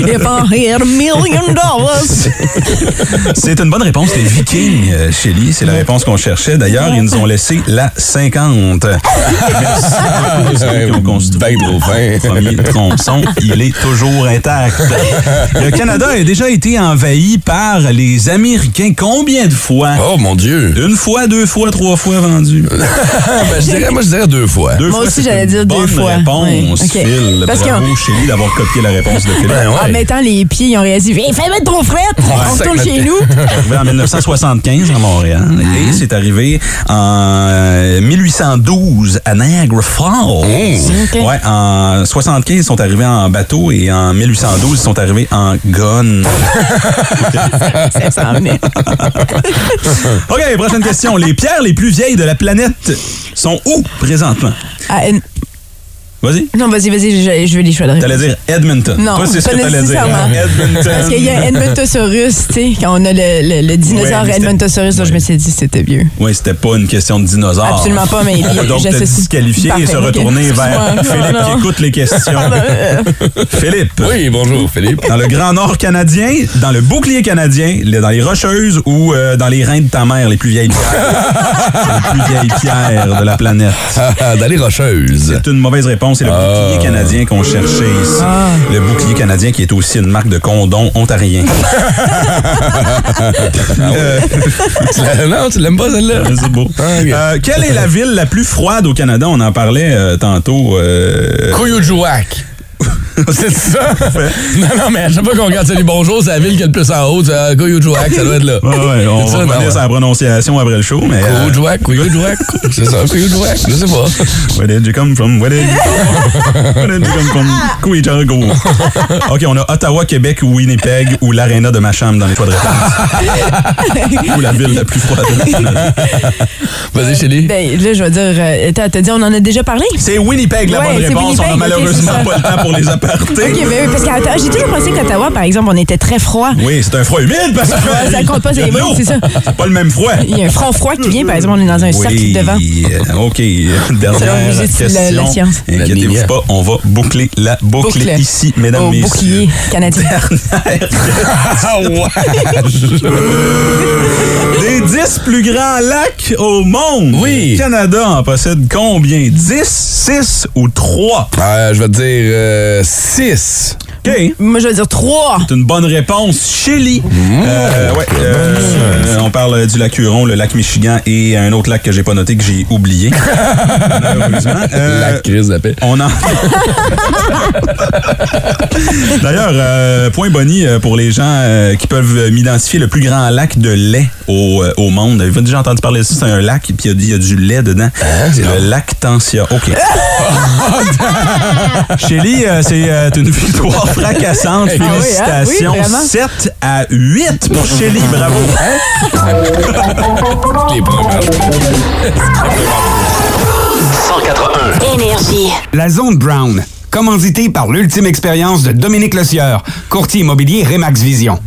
[SPEAKER 5] If I had a million dollars.
[SPEAKER 4] C'est une bonne réponse. C'était Viking, euh, Shelly. C'est la réponse qu'on cherchait. D'ailleurs, ils nous ont laissé la
[SPEAKER 3] *laughs*
[SPEAKER 4] 50. Merci à tous ceux qui ont construit
[SPEAKER 3] Ben trop fin.
[SPEAKER 4] le premier tronçon. Il est toujours intact. Le Canada a déjà été envahi par les Américains combien de fois?
[SPEAKER 3] Oh mon Dieu.
[SPEAKER 4] Une fois, deux fois, trois fois
[SPEAKER 5] *laughs*
[SPEAKER 4] vendu.
[SPEAKER 3] Ah, ben, je dirais, moi, je dirais deux fois.
[SPEAKER 4] Deux
[SPEAKER 5] Moi
[SPEAKER 4] fois,
[SPEAKER 5] aussi,
[SPEAKER 4] c'est
[SPEAKER 5] j'allais
[SPEAKER 4] une
[SPEAKER 5] dire deux
[SPEAKER 4] bonne
[SPEAKER 5] fois.
[SPEAKER 4] réponse,
[SPEAKER 5] Oui. Ok.
[SPEAKER 4] Phil.
[SPEAKER 5] Parce Ah,
[SPEAKER 4] Bravo,
[SPEAKER 5] qu'on-
[SPEAKER 4] Shelly, d'avoir copié la réponse de Phil.
[SPEAKER 5] *laughs*
[SPEAKER 3] Ben ouais.
[SPEAKER 5] En mettant les pieds, ils ont réagi. Viens, fais mettre trop frette. On retourne chez nous.
[SPEAKER 4] arrivé en 1975 à Montréal
[SPEAKER 5] Hein?
[SPEAKER 4] et c'est arrivé en euh, 1812 à Niagara Falls.
[SPEAKER 5] Oh! Ok.
[SPEAKER 4] Ouais, en 75 ils sont arrivés en bateau et en 1812 ils sont arrivés en gun.
[SPEAKER 5] *laughs* Ça s'en venait.
[SPEAKER 4] *laughs* OK, prochaine question. Les pierres les plus vieilles de la planète sont où présentement
[SPEAKER 5] Ah, euh,
[SPEAKER 4] Vas-y.
[SPEAKER 5] non, vas-y, vas-y, je, je veux les choix de réponse.
[SPEAKER 4] T'allais dire Edmonton.
[SPEAKER 5] Non,
[SPEAKER 4] Toi, c'est ce
[SPEAKER 5] pas
[SPEAKER 4] que t'allais dire.
[SPEAKER 5] nécessairement.
[SPEAKER 4] hein? Edmonton.
[SPEAKER 5] Parce qu'il y a Edmontosaurus, tu sais, quand on a le, le- le dinosaure
[SPEAKER 4] Ouais, mais c'était-
[SPEAKER 5] Edmontosaurus, là, je
[SPEAKER 4] Ouais.
[SPEAKER 5] me suis dit c'était vieux.
[SPEAKER 4] Oui, c'était pas une question de dinosaure.
[SPEAKER 5] Absolument pas, mais
[SPEAKER 4] On peut donc te
[SPEAKER 5] j'associe-
[SPEAKER 4] disqualifier et
[SPEAKER 5] Parfait,
[SPEAKER 4] se
[SPEAKER 5] ok.
[SPEAKER 4] retourner vers
[SPEAKER 5] Excuse-moi.
[SPEAKER 4] Philippe
[SPEAKER 5] Non, non.
[SPEAKER 4] qui écoute les
[SPEAKER 5] *laughs* Ah,
[SPEAKER 4] questions.
[SPEAKER 5] ben, euh,
[SPEAKER 4] *laughs* Philippe.
[SPEAKER 3] Oui,
[SPEAKER 4] *laughs*
[SPEAKER 3] bonjour, Philippe.
[SPEAKER 4] Dans le Grand Nord canadien, dans le bouclier canadien, les- dans les Rocheuses ou euh, dans les reins de ta mère, les plus vieilles pierres.
[SPEAKER 5] *laughs*
[SPEAKER 4] les plus vieilles pierres de la planète.
[SPEAKER 3] Ah, ah, Dans les rocheuses.
[SPEAKER 4] *laughs* C'est une mauvaise réponse. C'est le bouclier canadien qu'on cherchait ici.
[SPEAKER 5] Ah.
[SPEAKER 4] Le bouclier canadien qui est aussi une marque de condom ontarien.
[SPEAKER 3] Non, tu l'aimes pas, celle-là?
[SPEAKER 4] C'est
[SPEAKER 5] *laughs*
[SPEAKER 4] beau.
[SPEAKER 5] Ah,
[SPEAKER 3] ok.
[SPEAKER 4] Euh, quelle est la ville la plus froide au Canada? On en parlait euh, tantôt. euh, *laughs*
[SPEAKER 3] Koyujuak. C'est ça? non, non, mais à chaque fois qu'on regarde Salut Bonjour, c'est la ville qui est le plus en haut. C'est euh, Koyujuak, ça doit être là.
[SPEAKER 4] Ouais, *laughs* ouais, on
[SPEAKER 3] C'est ça,
[SPEAKER 4] va
[SPEAKER 3] non,
[SPEAKER 4] revenir
[SPEAKER 3] ouais.
[SPEAKER 4] sur la prononciation après le show, mais... euh,
[SPEAKER 3] Koyujuak, Koyujuak. C'est ça, Koyujuak. Je sais pas.
[SPEAKER 4] Where did you come from? Where did you
[SPEAKER 5] *laughs*
[SPEAKER 4] Where did you come from? Kouijango. OK, on a Ottawa, Québec, Winnipeg ou l'aréna de ma chambre dans les choix de réponse.
[SPEAKER 5] *laughs*
[SPEAKER 4] ou la ville la plus froide. de Canada.
[SPEAKER 3] Vas-y, Chélie.
[SPEAKER 5] Ben, là, je vais dire, euh, t'as t'as dit, on en a déjà parlé?
[SPEAKER 4] C'est Winnipeg la
[SPEAKER 5] Ouais,
[SPEAKER 4] bonne
[SPEAKER 5] c'est
[SPEAKER 4] réponse.
[SPEAKER 5] Winnipeg,
[SPEAKER 4] on
[SPEAKER 5] ok,
[SPEAKER 4] a malheureusement
[SPEAKER 5] c'est ça.
[SPEAKER 4] pas le temps pour
[SPEAKER 5] *laughs*
[SPEAKER 4] les apartés.
[SPEAKER 5] Ok, mais oui, parce que j'ai toujours pensé qu'Ottawa, par exemple, on était très froid.
[SPEAKER 4] Oui, c'est un froid humide parce que...
[SPEAKER 5] Ouais, ça compte pas, c'est
[SPEAKER 4] Il y a de
[SPEAKER 5] les mots,
[SPEAKER 4] l'eau.
[SPEAKER 5] c'est ça.
[SPEAKER 4] C'est pas le même froid.
[SPEAKER 5] Il y a un front froid qui vient, par exemple, on est dans un cercle
[SPEAKER 4] Oui,
[SPEAKER 5] de vent.
[SPEAKER 4] euh, OK.
[SPEAKER 5] *laughs* Selon
[SPEAKER 4] Dernière
[SPEAKER 5] le musée de la-
[SPEAKER 4] question.
[SPEAKER 5] la science.
[SPEAKER 4] Inquiétez-vous
[SPEAKER 3] Dernière.
[SPEAKER 4] pas, on va boucler la boucle,
[SPEAKER 5] Boucle.
[SPEAKER 4] ici, mesdames,
[SPEAKER 5] Au
[SPEAKER 4] messieurs.
[SPEAKER 5] bouclier canadien.
[SPEAKER 3] Ah, ouais.
[SPEAKER 4] *laughs* Des 10 plus grands lacs au monde.
[SPEAKER 3] Oui.
[SPEAKER 4] Le Canada en possède combien? 10, 6 ou 3?
[SPEAKER 3] Euh, je vais te dire euh, 6.
[SPEAKER 4] OK.
[SPEAKER 5] Moi, je vais dire trois.
[SPEAKER 4] C'est une bonne réponse. Chili. Euh, ouais, euh, euh, on parle du lac Huron, le lac Michigan et un autre lac que j'ai pas noté que j'ai oublié. Malheureusement. Euh,
[SPEAKER 3] la crise de la paix.
[SPEAKER 4] On en.
[SPEAKER 5] *laughs*
[SPEAKER 4] D'ailleurs, euh, point Bonnie euh, pour les gens euh, qui peuvent euh, m'identifier le plus grand lac de lait au, euh, au monde. Avez-vous déjà entendu parler de ça? C'est un lac, puis il y a du- il y, a du lait dedans.
[SPEAKER 5] Ah,
[SPEAKER 4] c'est le lac Tansia.
[SPEAKER 5] *laughs*
[SPEAKER 4] OK. Shelly, euh, c'est euh, une victoire fracassante.
[SPEAKER 5] Ah oui, hein? Oui,
[SPEAKER 4] Félicitations.
[SPEAKER 5] vraiment. Hein?
[SPEAKER 4] 7 à 8 pour Shelly. Bravo.
[SPEAKER 3] Les programmes.
[SPEAKER 8] 181.
[SPEAKER 2] Énergie.
[SPEAKER 9] La zone Brown, commanditée par l'ultime expérience de Dominique Lecieur, courtier immobilier Remax Vision.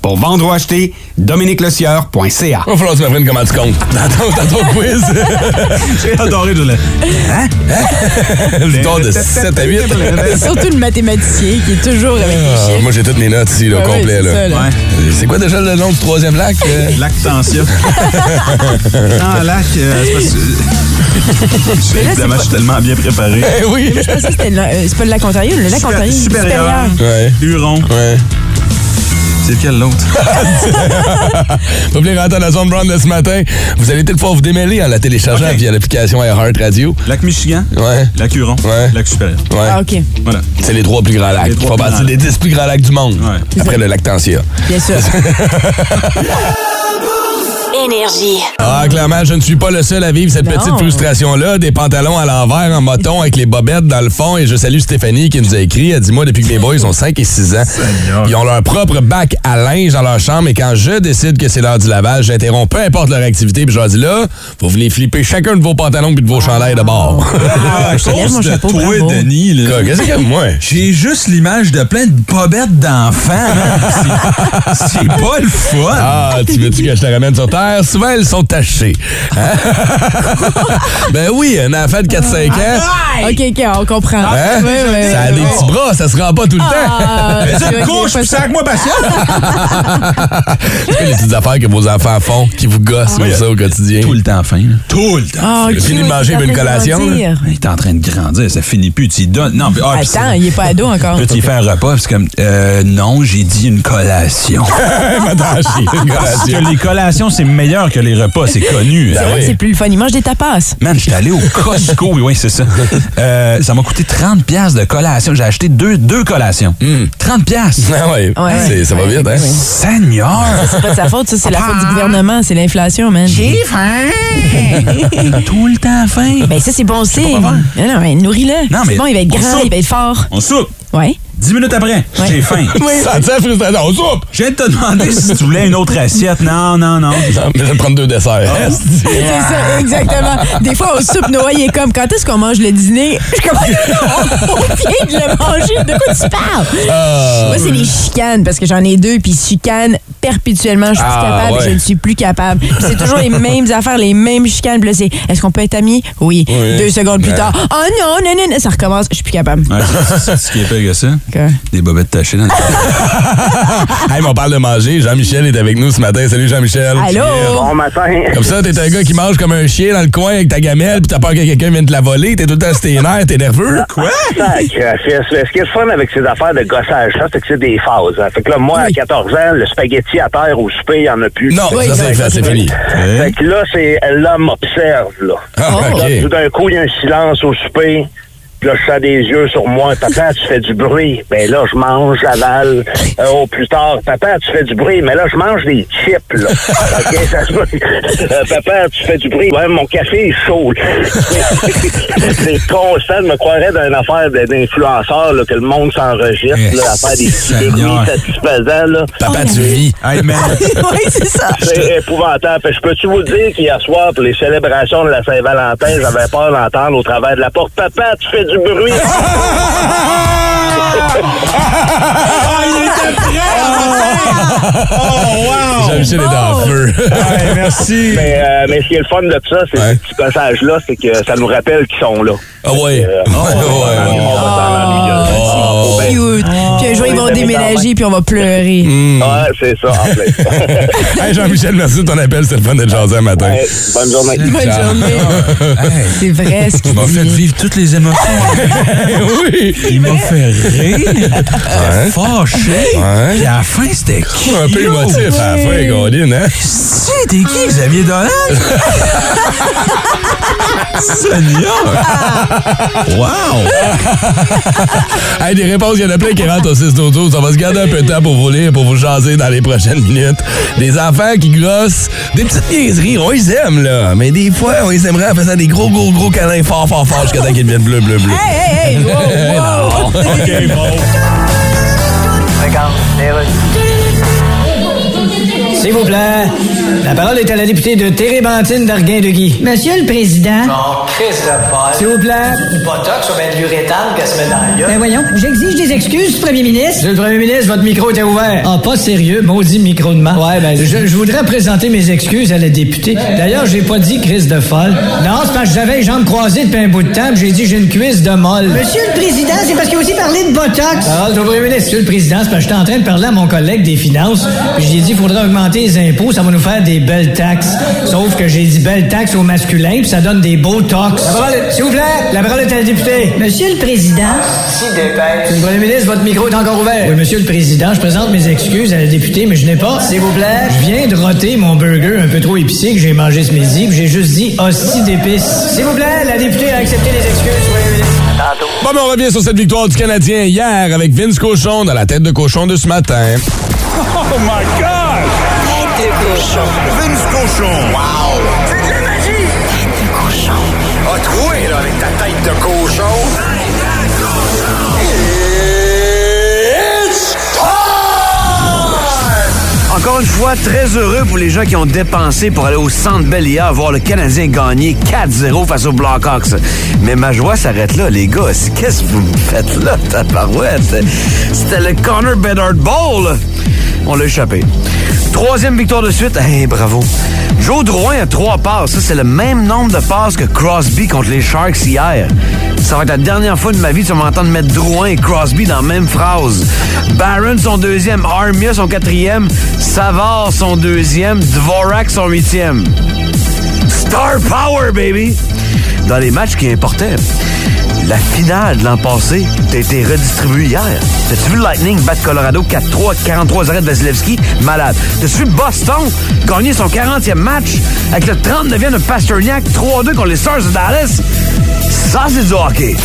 [SPEAKER 9] Pour vendre ou acheter, dominiquelecieur.ca.
[SPEAKER 3] Il va falloir que tu m'apprennes comment tu comptes. *laughs* Dans ton, dans ton
[SPEAKER 4] *laughs*
[SPEAKER 3] quiz,
[SPEAKER 4] J'ai adoré de lait.
[SPEAKER 3] victoire de 7 à 8.
[SPEAKER 5] C'est surtout le mathématicien qui est toujours avec les
[SPEAKER 4] Ah,
[SPEAKER 5] chiffres.
[SPEAKER 3] Ah, moi, j'ai toutes mes notes ici, là,
[SPEAKER 5] Ah oui,
[SPEAKER 3] complet.
[SPEAKER 5] c'est
[SPEAKER 3] là.
[SPEAKER 5] ça, là.
[SPEAKER 4] Ouais.
[SPEAKER 3] Euh, C'est quoi déjà le nom du troisième lac?
[SPEAKER 4] *laughs*
[SPEAKER 3] euh?
[SPEAKER 4] Lac Tansia. Grand lac, euh, c'est parce que-
[SPEAKER 5] là, c'est
[SPEAKER 4] Évidemment, je suis tellement bien préparé.
[SPEAKER 3] Eh oui!
[SPEAKER 5] Je pensais que c'était le, euh, c'est pas le lac Ontario, le lac Ontario.
[SPEAKER 4] supérieur.
[SPEAKER 3] Ouais.
[SPEAKER 4] Huron.
[SPEAKER 3] Ouais.
[SPEAKER 4] C'est lequel l'autre?
[SPEAKER 3] Pas oublier de rentrer dans la zone brown de ce matin. Vous allez peut-être pouvoir vous démêler en la téléchargeant
[SPEAKER 4] Ok.
[SPEAKER 3] via l'application iHeart Radio.
[SPEAKER 4] Lac Michigan.
[SPEAKER 3] Ouais.
[SPEAKER 4] Lac Huron.
[SPEAKER 3] Ouais.
[SPEAKER 4] Lac supérieur.
[SPEAKER 3] Ouais.
[SPEAKER 5] Ah, OK.
[SPEAKER 4] Voilà.
[SPEAKER 3] C'est les trois plus grands lacs.
[SPEAKER 4] Les
[SPEAKER 3] Ils
[SPEAKER 4] trois
[SPEAKER 3] font
[SPEAKER 4] plus
[SPEAKER 3] partie
[SPEAKER 4] grands
[SPEAKER 3] des 10 plus grands lacs du monde.
[SPEAKER 4] Ouais.
[SPEAKER 3] Après le lac Tansia.
[SPEAKER 5] Bien
[SPEAKER 4] *laughs*
[SPEAKER 5] sûr.
[SPEAKER 2] Énergie.
[SPEAKER 3] Ah, clairement, je ne suis pas le seul à vivre cette
[SPEAKER 5] Non.
[SPEAKER 3] petite frustration-là. Des pantalons à l'envers, en moton, avec les bobettes dans le fond. Et je salue Stéphanie qui nous a écrit. Elle dit, moi, depuis que mes boys ont 5 et 6 ans, ils ont leur propre bac à linge dans leur chambre. Et quand je décide que c'est l'heure du lavage, j'interromps peu importe leur activité. Puis je leur dis, là, vous venez flipper chacun de vos pantalons puis de vos chandails de bord.
[SPEAKER 4] Ah, je
[SPEAKER 5] lève mon chapeau, bravo.
[SPEAKER 4] Denis, là,
[SPEAKER 3] Qu'est-ce que c'est que moi?
[SPEAKER 4] j'ai juste l'image de plein de *laughs* bobettes d'enfants. man. C'est- C'est pas le fun.
[SPEAKER 3] Ah, tu Ah, veux-tu que je te ramène sur terre? hiver, souvent elles sont tachées. *laughs* Hein? ben oui, un enfant de 4-5 ans.
[SPEAKER 5] OK, OK, on comprend.
[SPEAKER 3] hein?
[SPEAKER 5] Oui, oui.
[SPEAKER 3] ça a des petits bras, ça se rend pas tout le
[SPEAKER 5] Ah,
[SPEAKER 3] temps.
[SPEAKER 5] c'est vrai qu'il est pas ça.
[SPEAKER 3] moi patient. C'est quoi les petites affaires que vos enfants font qui vous gossent comme ça au quotidien? *laughs*
[SPEAKER 4] Tout le temps fin. là.
[SPEAKER 3] Tout le temps.
[SPEAKER 5] Ah, ok,
[SPEAKER 3] fini de manger
[SPEAKER 5] ça
[SPEAKER 3] une
[SPEAKER 5] fait
[SPEAKER 3] collation. là.
[SPEAKER 5] grandir.
[SPEAKER 4] Il est en train de grandir, ça finit plus. Tu lui donnes. Non, mais- ah, puis
[SPEAKER 5] Attends,
[SPEAKER 4] c'est-
[SPEAKER 5] il est pas ado encore.
[SPEAKER 4] Là, tu lui fais un repas, puis c'est comme, euh, non, j'ai dit une collation. *laughs*
[SPEAKER 3] Ah,
[SPEAKER 4] Parce que les collations, c'est meilleur que les repas, c'est connu. Ah
[SPEAKER 5] C'est vrai que c'est plus le fun. Il mange des tapas.
[SPEAKER 4] Man, j'étais allé au Costco, oui, oui, c'est ça. Euh, ça m'a coûté 30$ piastres de collation. J'ai acheté deux, deux collations. 30$! piastres.
[SPEAKER 3] Ah ouais.
[SPEAKER 5] Ouais,
[SPEAKER 3] C'est-
[SPEAKER 5] ouais.
[SPEAKER 3] ça va
[SPEAKER 5] Ouais,
[SPEAKER 3] vite, hein?
[SPEAKER 5] oui.
[SPEAKER 4] Seigneur!
[SPEAKER 5] C'est pas de sa faute, ça, c'est la faute du gouvernement, c'est l'inflation, man.
[SPEAKER 4] *laughs* Tout le temps faim!
[SPEAKER 5] Ben ça, c'est bon signe.
[SPEAKER 4] pas
[SPEAKER 5] Non, non, mais nourris-le.
[SPEAKER 4] Non,
[SPEAKER 5] C'est
[SPEAKER 4] mais
[SPEAKER 5] bon, il va être
[SPEAKER 4] on
[SPEAKER 5] grand,
[SPEAKER 4] soupe.
[SPEAKER 5] il va être fort.
[SPEAKER 4] On soupe!
[SPEAKER 5] Ouais.
[SPEAKER 4] 10 minutes après, j'ai *laughs* faim.
[SPEAKER 3] Ça tient frustration. On soupe!
[SPEAKER 4] Je viens de te demander si tu voulais une autre assiette. Non, non, non.
[SPEAKER 3] Non, mais je vais prendre deux desserts. Esti.
[SPEAKER 5] C'est ça, exactement. Des fois, on soupe, Noah, il est comme, quand est-ce qu'on mange le dîner? Je suis comme, *laughs* on, on vient de le manger, de quoi tu parles?
[SPEAKER 3] Ah.
[SPEAKER 5] Moi, c'est les chicanes, parce que j'en ai deux, puis chicanes perpétuellement. Je suis
[SPEAKER 3] Ah,
[SPEAKER 5] capable,
[SPEAKER 3] ouais.
[SPEAKER 5] je ne suis plus capable. Puis c'est toujours les mêmes affaires, les mêmes chicanes. Puis là, c'est, est-ce qu'on peut être amis? Oui.
[SPEAKER 3] Oui.
[SPEAKER 5] Deux secondes plus
[SPEAKER 3] Ouais.
[SPEAKER 5] tard, oh non, non, non, non, ça recommence, je suis plus capable. euh,
[SPEAKER 4] Ouais, c'est- Ah, c'est ce qui est pire que ça.
[SPEAKER 5] *laughs* Que-
[SPEAKER 4] Des bobettes tachées *laughs* dans le
[SPEAKER 3] Hey, mais on parle de manger. Jean-Michel est avec nous ce matin. Salut Jean-Michel.
[SPEAKER 5] Allô?
[SPEAKER 10] Bon matin.
[SPEAKER 3] Comme ça, t'es un gars qui mange comme un chien dans le coin avec ta gamelle, puis t'as peur que quelqu'un vienne te la voler, t'es tout le temps sur tes nerfs, t'es nerveux. Quoi?
[SPEAKER 10] *laughs* Sacrifice. Euh, Ce qui est le fun avec ces affaires de gossage, là, c'est que c'est des phases. hein. Fait que là, moi, à 14 ans, le spaghetti à terre au souper, il n'y en a plus.
[SPEAKER 3] Non,
[SPEAKER 5] Oui,
[SPEAKER 3] ça c'est
[SPEAKER 5] oui,
[SPEAKER 3] fait,
[SPEAKER 5] oui.
[SPEAKER 3] c'est fini.
[SPEAKER 10] Fait que là, c'est l'homme observe, là.
[SPEAKER 3] Ah,
[SPEAKER 5] Oh.
[SPEAKER 10] Là, tout
[SPEAKER 3] ok.
[SPEAKER 10] d'un coup, il y a un silence au souper. Puis Là, je sens des yeux sur moi. Papa, tu fais du bruit. Ben là, je mange, j'avale. Euh, au plus tard, papa, tu fais du bruit. Mais là, je mange des chips, là. OK, ça se peut. Euh, papa, tu fais du bruit. Ouais, mon café est chaud. *laughs* C'est constant. Je me croirais d'une affaire de- d'influenceur, là, que le monde s'enregistre, là, à faire des petits
[SPEAKER 4] Seigneur.
[SPEAKER 10] débuts satisfaisants, là.
[SPEAKER 3] Papa, tu vis.
[SPEAKER 4] Hey, man.
[SPEAKER 5] oui, c'est ça.
[SPEAKER 10] C'est épouvantable. Fait que Je peux-tu vous dire qu'hier soir, pour les célébrations de la Saint-Valentin, j'avais peur d'entendre au travers de la porte Papa, tu fais
[SPEAKER 3] *laughs*
[SPEAKER 10] du bruit.
[SPEAKER 3] Jean-Michel est en feu.
[SPEAKER 4] merci.
[SPEAKER 10] mais, euh, mais ce qui est le fun de tout ça, c'est
[SPEAKER 3] Ouais.
[SPEAKER 10] ce petit passage-là, c'est que ça nous rappelle qu'ils sont là. Euh,
[SPEAKER 3] Ah ouais. Ah ouais, Ah. ouais.
[SPEAKER 10] On va s'en ennuyer.
[SPEAKER 5] Oh, c'est cute. Puis un jour, ils vont déménager, puis on va pleurer.
[SPEAKER 3] Mm.
[SPEAKER 10] Ben, Ouais, c'est ça, en plein.
[SPEAKER 3] Hey Jean-Michel, merci de ton appel, c'est le fun de jaser un matin.
[SPEAKER 10] Ouais, bonne journée.
[SPEAKER 5] Bonne journée. C'est vrai ce
[SPEAKER 4] Il
[SPEAKER 5] qu'il
[SPEAKER 4] m'a fait
[SPEAKER 5] dit.
[SPEAKER 4] vivre toutes les émotions.
[SPEAKER 3] *laughs* oui!
[SPEAKER 4] Il m'a fait rire. Fâché.
[SPEAKER 3] Ouais.
[SPEAKER 4] Puis à la fin, c'était qui?
[SPEAKER 3] Un peu émotif à la fin, Godin, hein?
[SPEAKER 4] Si, t'es qui, Xavier
[SPEAKER 3] *laughs*
[SPEAKER 4] Dolan? Seigneur! Wow!
[SPEAKER 3] *laughs* Hey, des réponses, il y en a plein qui rentrent au 6 d'auto. On va se garder un peu de temps pour vous lire, pour vous jaser dans les prochaines minutes. Des enfants qui grossent, des petites niaiseries, on les aime, là. Mais des fois, on les aimerait en faisant des gros, gros, gros câlins fort, fort, fort jusqu'à temps qu'ils deviennent bleu, bleu, bleu.
[SPEAKER 5] Hey, hey,
[SPEAKER 3] *laughs*
[SPEAKER 5] hey! wow, wow.
[SPEAKER 11] S'il vous plaît, la parole est à la députée de Térébentine d'Arguin-de-Guy.
[SPEAKER 12] Monsieur le Président,
[SPEAKER 11] Bon, Chris de
[SPEAKER 12] s'il vous plaît.
[SPEAKER 11] Botox, on va mettre de l'urétane qu'elle se met dans la gueule.
[SPEAKER 12] Ben voyons, j'exige des excuses du Premier ministre.
[SPEAKER 11] Monsieur le premier ministre, votre micro était ouvert.
[SPEAKER 12] Ah, pas sérieux, maudit micro de marde.
[SPEAKER 11] Ouais, ben,
[SPEAKER 12] Je, je voudrais présenter mes excuses à la députée. D'ailleurs, j'ai pas dit crise de folle.
[SPEAKER 11] Non, c'est parce que j'avais les jambes croisées depuis un bout de temps, puis j'ai dit j'ai une cuisse de molle.
[SPEAKER 12] Monsieur le Président, c'est parce qu'il a aussi parlé de Botox.
[SPEAKER 11] Parole au premier ministre.
[SPEAKER 12] Monsieur le Président, c'est parce que j'étais en train de parler à mon collègue des finances, puis j'ai dit qu'il faudrait augmenter les impôts, ça va nous faire des belles taxes. Sauf que j'ai dit belles taxes au masculin, puis ça donne des beaux tox.
[SPEAKER 11] La parole est- S'il vous plaît, la parole est à la députée.
[SPEAKER 12] Monsieur le Président,
[SPEAKER 11] Merci, dépêche. Le premier ministre, votre micro est encore ouvert.
[SPEAKER 12] Oui, Monsieur le Président, je présente mes excuses à la députée, mais je n'ai pas.
[SPEAKER 11] S'il vous plaît.
[SPEAKER 12] Je viens de roter mon burger un peu trop épicé que j'ai mangé ce midi, puis j'ai juste dit hostie d'épices.
[SPEAKER 11] S'il vous plaît, la députée a accepté les excuses, premier ministre.
[SPEAKER 3] Bon, mais on revient sur cette victoire du Canadien hier avec Vince Cochon dans la tête de cochon de ce matin.
[SPEAKER 13] Vince Cochon. Wow! C'est de la magie! Tête de cochon. A troué, là, avec ta tête de cochon. Tête de cochon! It's time!
[SPEAKER 14] Encore une fois, très heureux pour les gens qui ont dépensé pour aller au Centre Bell hier voir le Canadien gagner 4-0 face aux Blackhawks. Mais ma joie s'arrête là, les gars. C'est- Qu'est-ce que vous me faites là, tabarouette? C'était le Connor Bedard Bowl. On l'a échappé. Troisième victoire de suite. Hey, bravo. Joe Drouin a trois passes. Ça, c'est le même nombre de passes que Crosby contre les Sharks hier. Ça va être la dernière fois de ma vie que tu vas m'entendre mettre Drouin et Crosby dans la même phrase. Barron, son deuxième. Armia, son quatrième. Savard, son deuxième. Dvorak, son huitième. Star Power, baby! Dans les matchs qui importaient, la finale de l'an passé a été redistribuée hier. T'as-tu vu le Lightning battre Colorado 4-3, 43 arrêts de Vasilevski? Malade. T'as-tu vu Boston gagner son 40e match avec le 39e de Pasternak 3-2 contre les Stars de Dallas? Ça, c'est du hockey!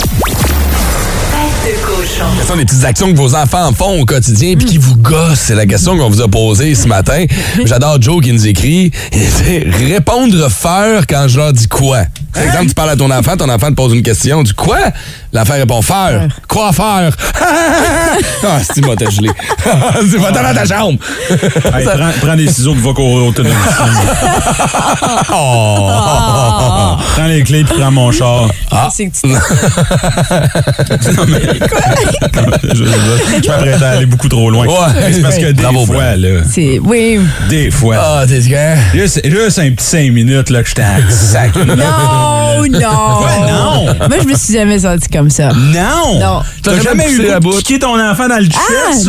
[SPEAKER 3] Quelles sont les petites actions que vos enfants font au quotidien puis qui vous gossent? C'est la question qu'on vous a posée ce
[SPEAKER 4] *laughs*
[SPEAKER 3] matin. J'adore Joe qui nous écrit. Il dit, Répondre faire quand je leur dis quoi? Par exemple, tu parles à ton enfant, ton enfant te pose une question. Tu dis quoi? L'enfant répond faire. Quoi faire?
[SPEAKER 4] *laughs*
[SPEAKER 3] ah, c'est m'a gelé. c'est va dans ta chambre.
[SPEAKER 4] Hey, prends, prends des ciseaux de va courir autour de Ah,
[SPEAKER 5] Ah.
[SPEAKER 4] Prends les clés puis prends mon char.
[SPEAKER 5] C'est que tu
[SPEAKER 4] Non, mais- je, je- je- je m'apprêtais à aller beaucoup trop loin.
[SPEAKER 3] Ouais.
[SPEAKER 4] C'est parce que des
[SPEAKER 3] Bravo,
[SPEAKER 4] fois, là,
[SPEAKER 5] C'est. Oui.
[SPEAKER 4] des fois.
[SPEAKER 3] Ah, t'es gars.
[SPEAKER 4] Juste, juste un petit 5 minutes là, que j'étais en sac.
[SPEAKER 5] *laughs* Non, non.
[SPEAKER 4] Ouais, non.
[SPEAKER 5] Moi, je me suis jamais sentie comme ça.
[SPEAKER 4] Non!
[SPEAKER 5] Non.
[SPEAKER 4] T'as jamais eu le goût de kicker ton enfant dans le chest?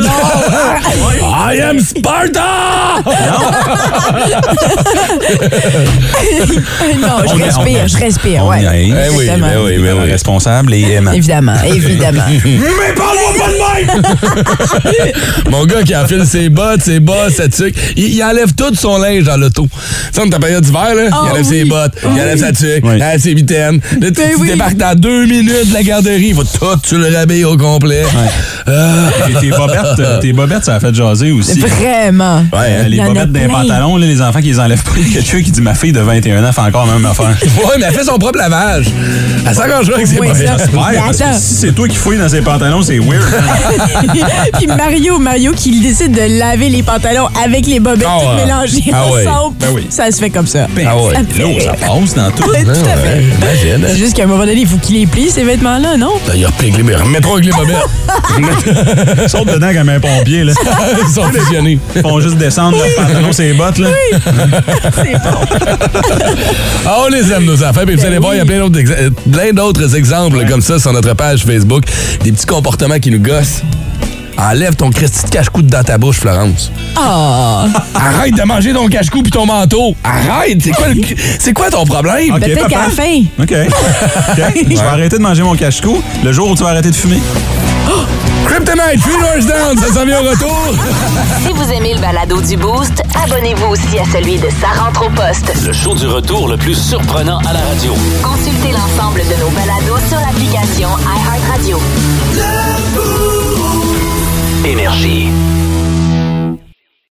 [SPEAKER 5] Ah, non.
[SPEAKER 4] *laughs*
[SPEAKER 5] *laughs*
[SPEAKER 3] I am Sparta!
[SPEAKER 5] non, je
[SPEAKER 4] On est-
[SPEAKER 5] respire,
[SPEAKER 4] on est-
[SPEAKER 5] je respire, ouais.
[SPEAKER 4] Eh
[SPEAKER 3] Eh oui,
[SPEAKER 5] Exactement.
[SPEAKER 3] ben oui, ben oui.
[SPEAKER 4] Responsable et aimant.
[SPEAKER 5] Évidemment, évidemment.
[SPEAKER 3] Mais parle-moi pas de même! Mon gars qui enfile ses bottes, ses bottes, sa tuque, il, il enlève tout son linge dans l'auto. Tu sais, on ta période d'hiver, là,
[SPEAKER 5] Ah
[SPEAKER 3] il enlève ses
[SPEAKER 5] oui.
[SPEAKER 3] bottes, il enlève sa tuque,
[SPEAKER 4] Oui.
[SPEAKER 3] il enlève ses mitaines. Là, tu,
[SPEAKER 5] Ben
[SPEAKER 3] tu
[SPEAKER 5] oui.
[SPEAKER 3] débarques dans deux minutes de la garderie, il faut tout sur le rabais au complet. Ah.
[SPEAKER 4] Tes- Tes bobettes, euh, tes bobettes, ça a fait jaser aussi.
[SPEAKER 5] Vraiment.
[SPEAKER 4] Euh,
[SPEAKER 5] Il
[SPEAKER 4] les
[SPEAKER 5] y en a
[SPEAKER 4] bobettes d'un
[SPEAKER 5] plein.
[SPEAKER 4] pantalon, là, les enfants qui les enlèvent pas. Il y a quelqu'un qui dit Ma fille de 21 ans fait encore la même affaire.
[SPEAKER 3] Ouais, mais elle fait son propre lavage. Elle s'engage avec ses
[SPEAKER 5] Oui,
[SPEAKER 3] bottes.
[SPEAKER 5] ça.
[SPEAKER 4] Ouais,
[SPEAKER 5] Mais
[SPEAKER 4] parce que
[SPEAKER 5] attends.
[SPEAKER 4] si c'est toi qui fouilles dans ses pantalons, c'est weird.
[SPEAKER 5] *laughs*
[SPEAKER 4] hein. *laughs*
[SPEAKER 5] Puis Mario, Mario qui décide de laver les pantalons avec les bobettes
[SPEAKER 3] Ah
[SPEAKER 5] toutes
[SPEAKER 3] ouais.
[SPEAKER 5] mélangées
[SPEAKER 3] Ah ouais.
[SPEAKER 5] ensemble.
[SPEAKER 4] Ben oui.
[SPEAKER 5] Ça se fait comme ça.
[SPEAKER 4] Ben,
[SPEAKER 3] Ah ouais.
[SPEAKER 4] L'eau, ça passe dans tout.
[SPEAKER 5] Ouais, tout à fait.
[SPEAKER 3] Imagine. hein.
[SPEAKER 5] C'est juste qu'à un moment donné, il faut qu'il les plie, ces vêtements-là, non?
[SPEAKER 3] D'ailleurs, pique les bobettes. Remets-toi avec les
[SPEAKER 5] *laughs*
[SPEAKER 3] bobettes.
[SPEAKER 4] Saute dedans comme un pompier. Là.
[SPEAKER 3] Ils sont fusionnés.
[SPEAKER 4] Ils font juste descendre leurs pantalons, ses bottes. Là.
[SPEAKER 3] Ah, on les aime, nos enfants. Puis vous
[SPEAKER 4] Ben
[SPEAKER 3] allez voir, il y a plein d'autres ex- euh, plein d'autres exemples comme ça sur notre page Facebook. Des petits comportements qui nous gossent. Enlève ton Christy de cache-cou dans ta bouche, Florence.
[SPEAKER 5] Ah!
[SPEAKER 3] Arrête de manger ton cache-cou puis ton manteau. Arrête! C'est
[SPEAKER 4] *laughs*
[SPEAKER 3] quoi, le- c'est quoi ton problème?
[SPEAKER 4] Ok,
[SPEAKER 5] Peut-être
[SPEAKER 4] papa.
[SPEAKER 5] qu'à la fin.
[SPEAKER 4] OK. OK. Je vais arrêter de manger mon cache-cou le jour où tu vas arrêter de fumer.
[SPEAKER 3] Kryptonite, Three Doors Down, ça s'en vient au retour.
[SPEAKER 2] Si vous aimez le balado du Boost, abonnez-vous aussi à celui de Sa rentre au poste.
[SPEAKER 8] Le show du retour le plus surprenant à la radio.
[SPEAKER 2] Consultez l'ensemble de nos balados sur l'application iHeartRadio.
[SPEAKER 8] Énergie.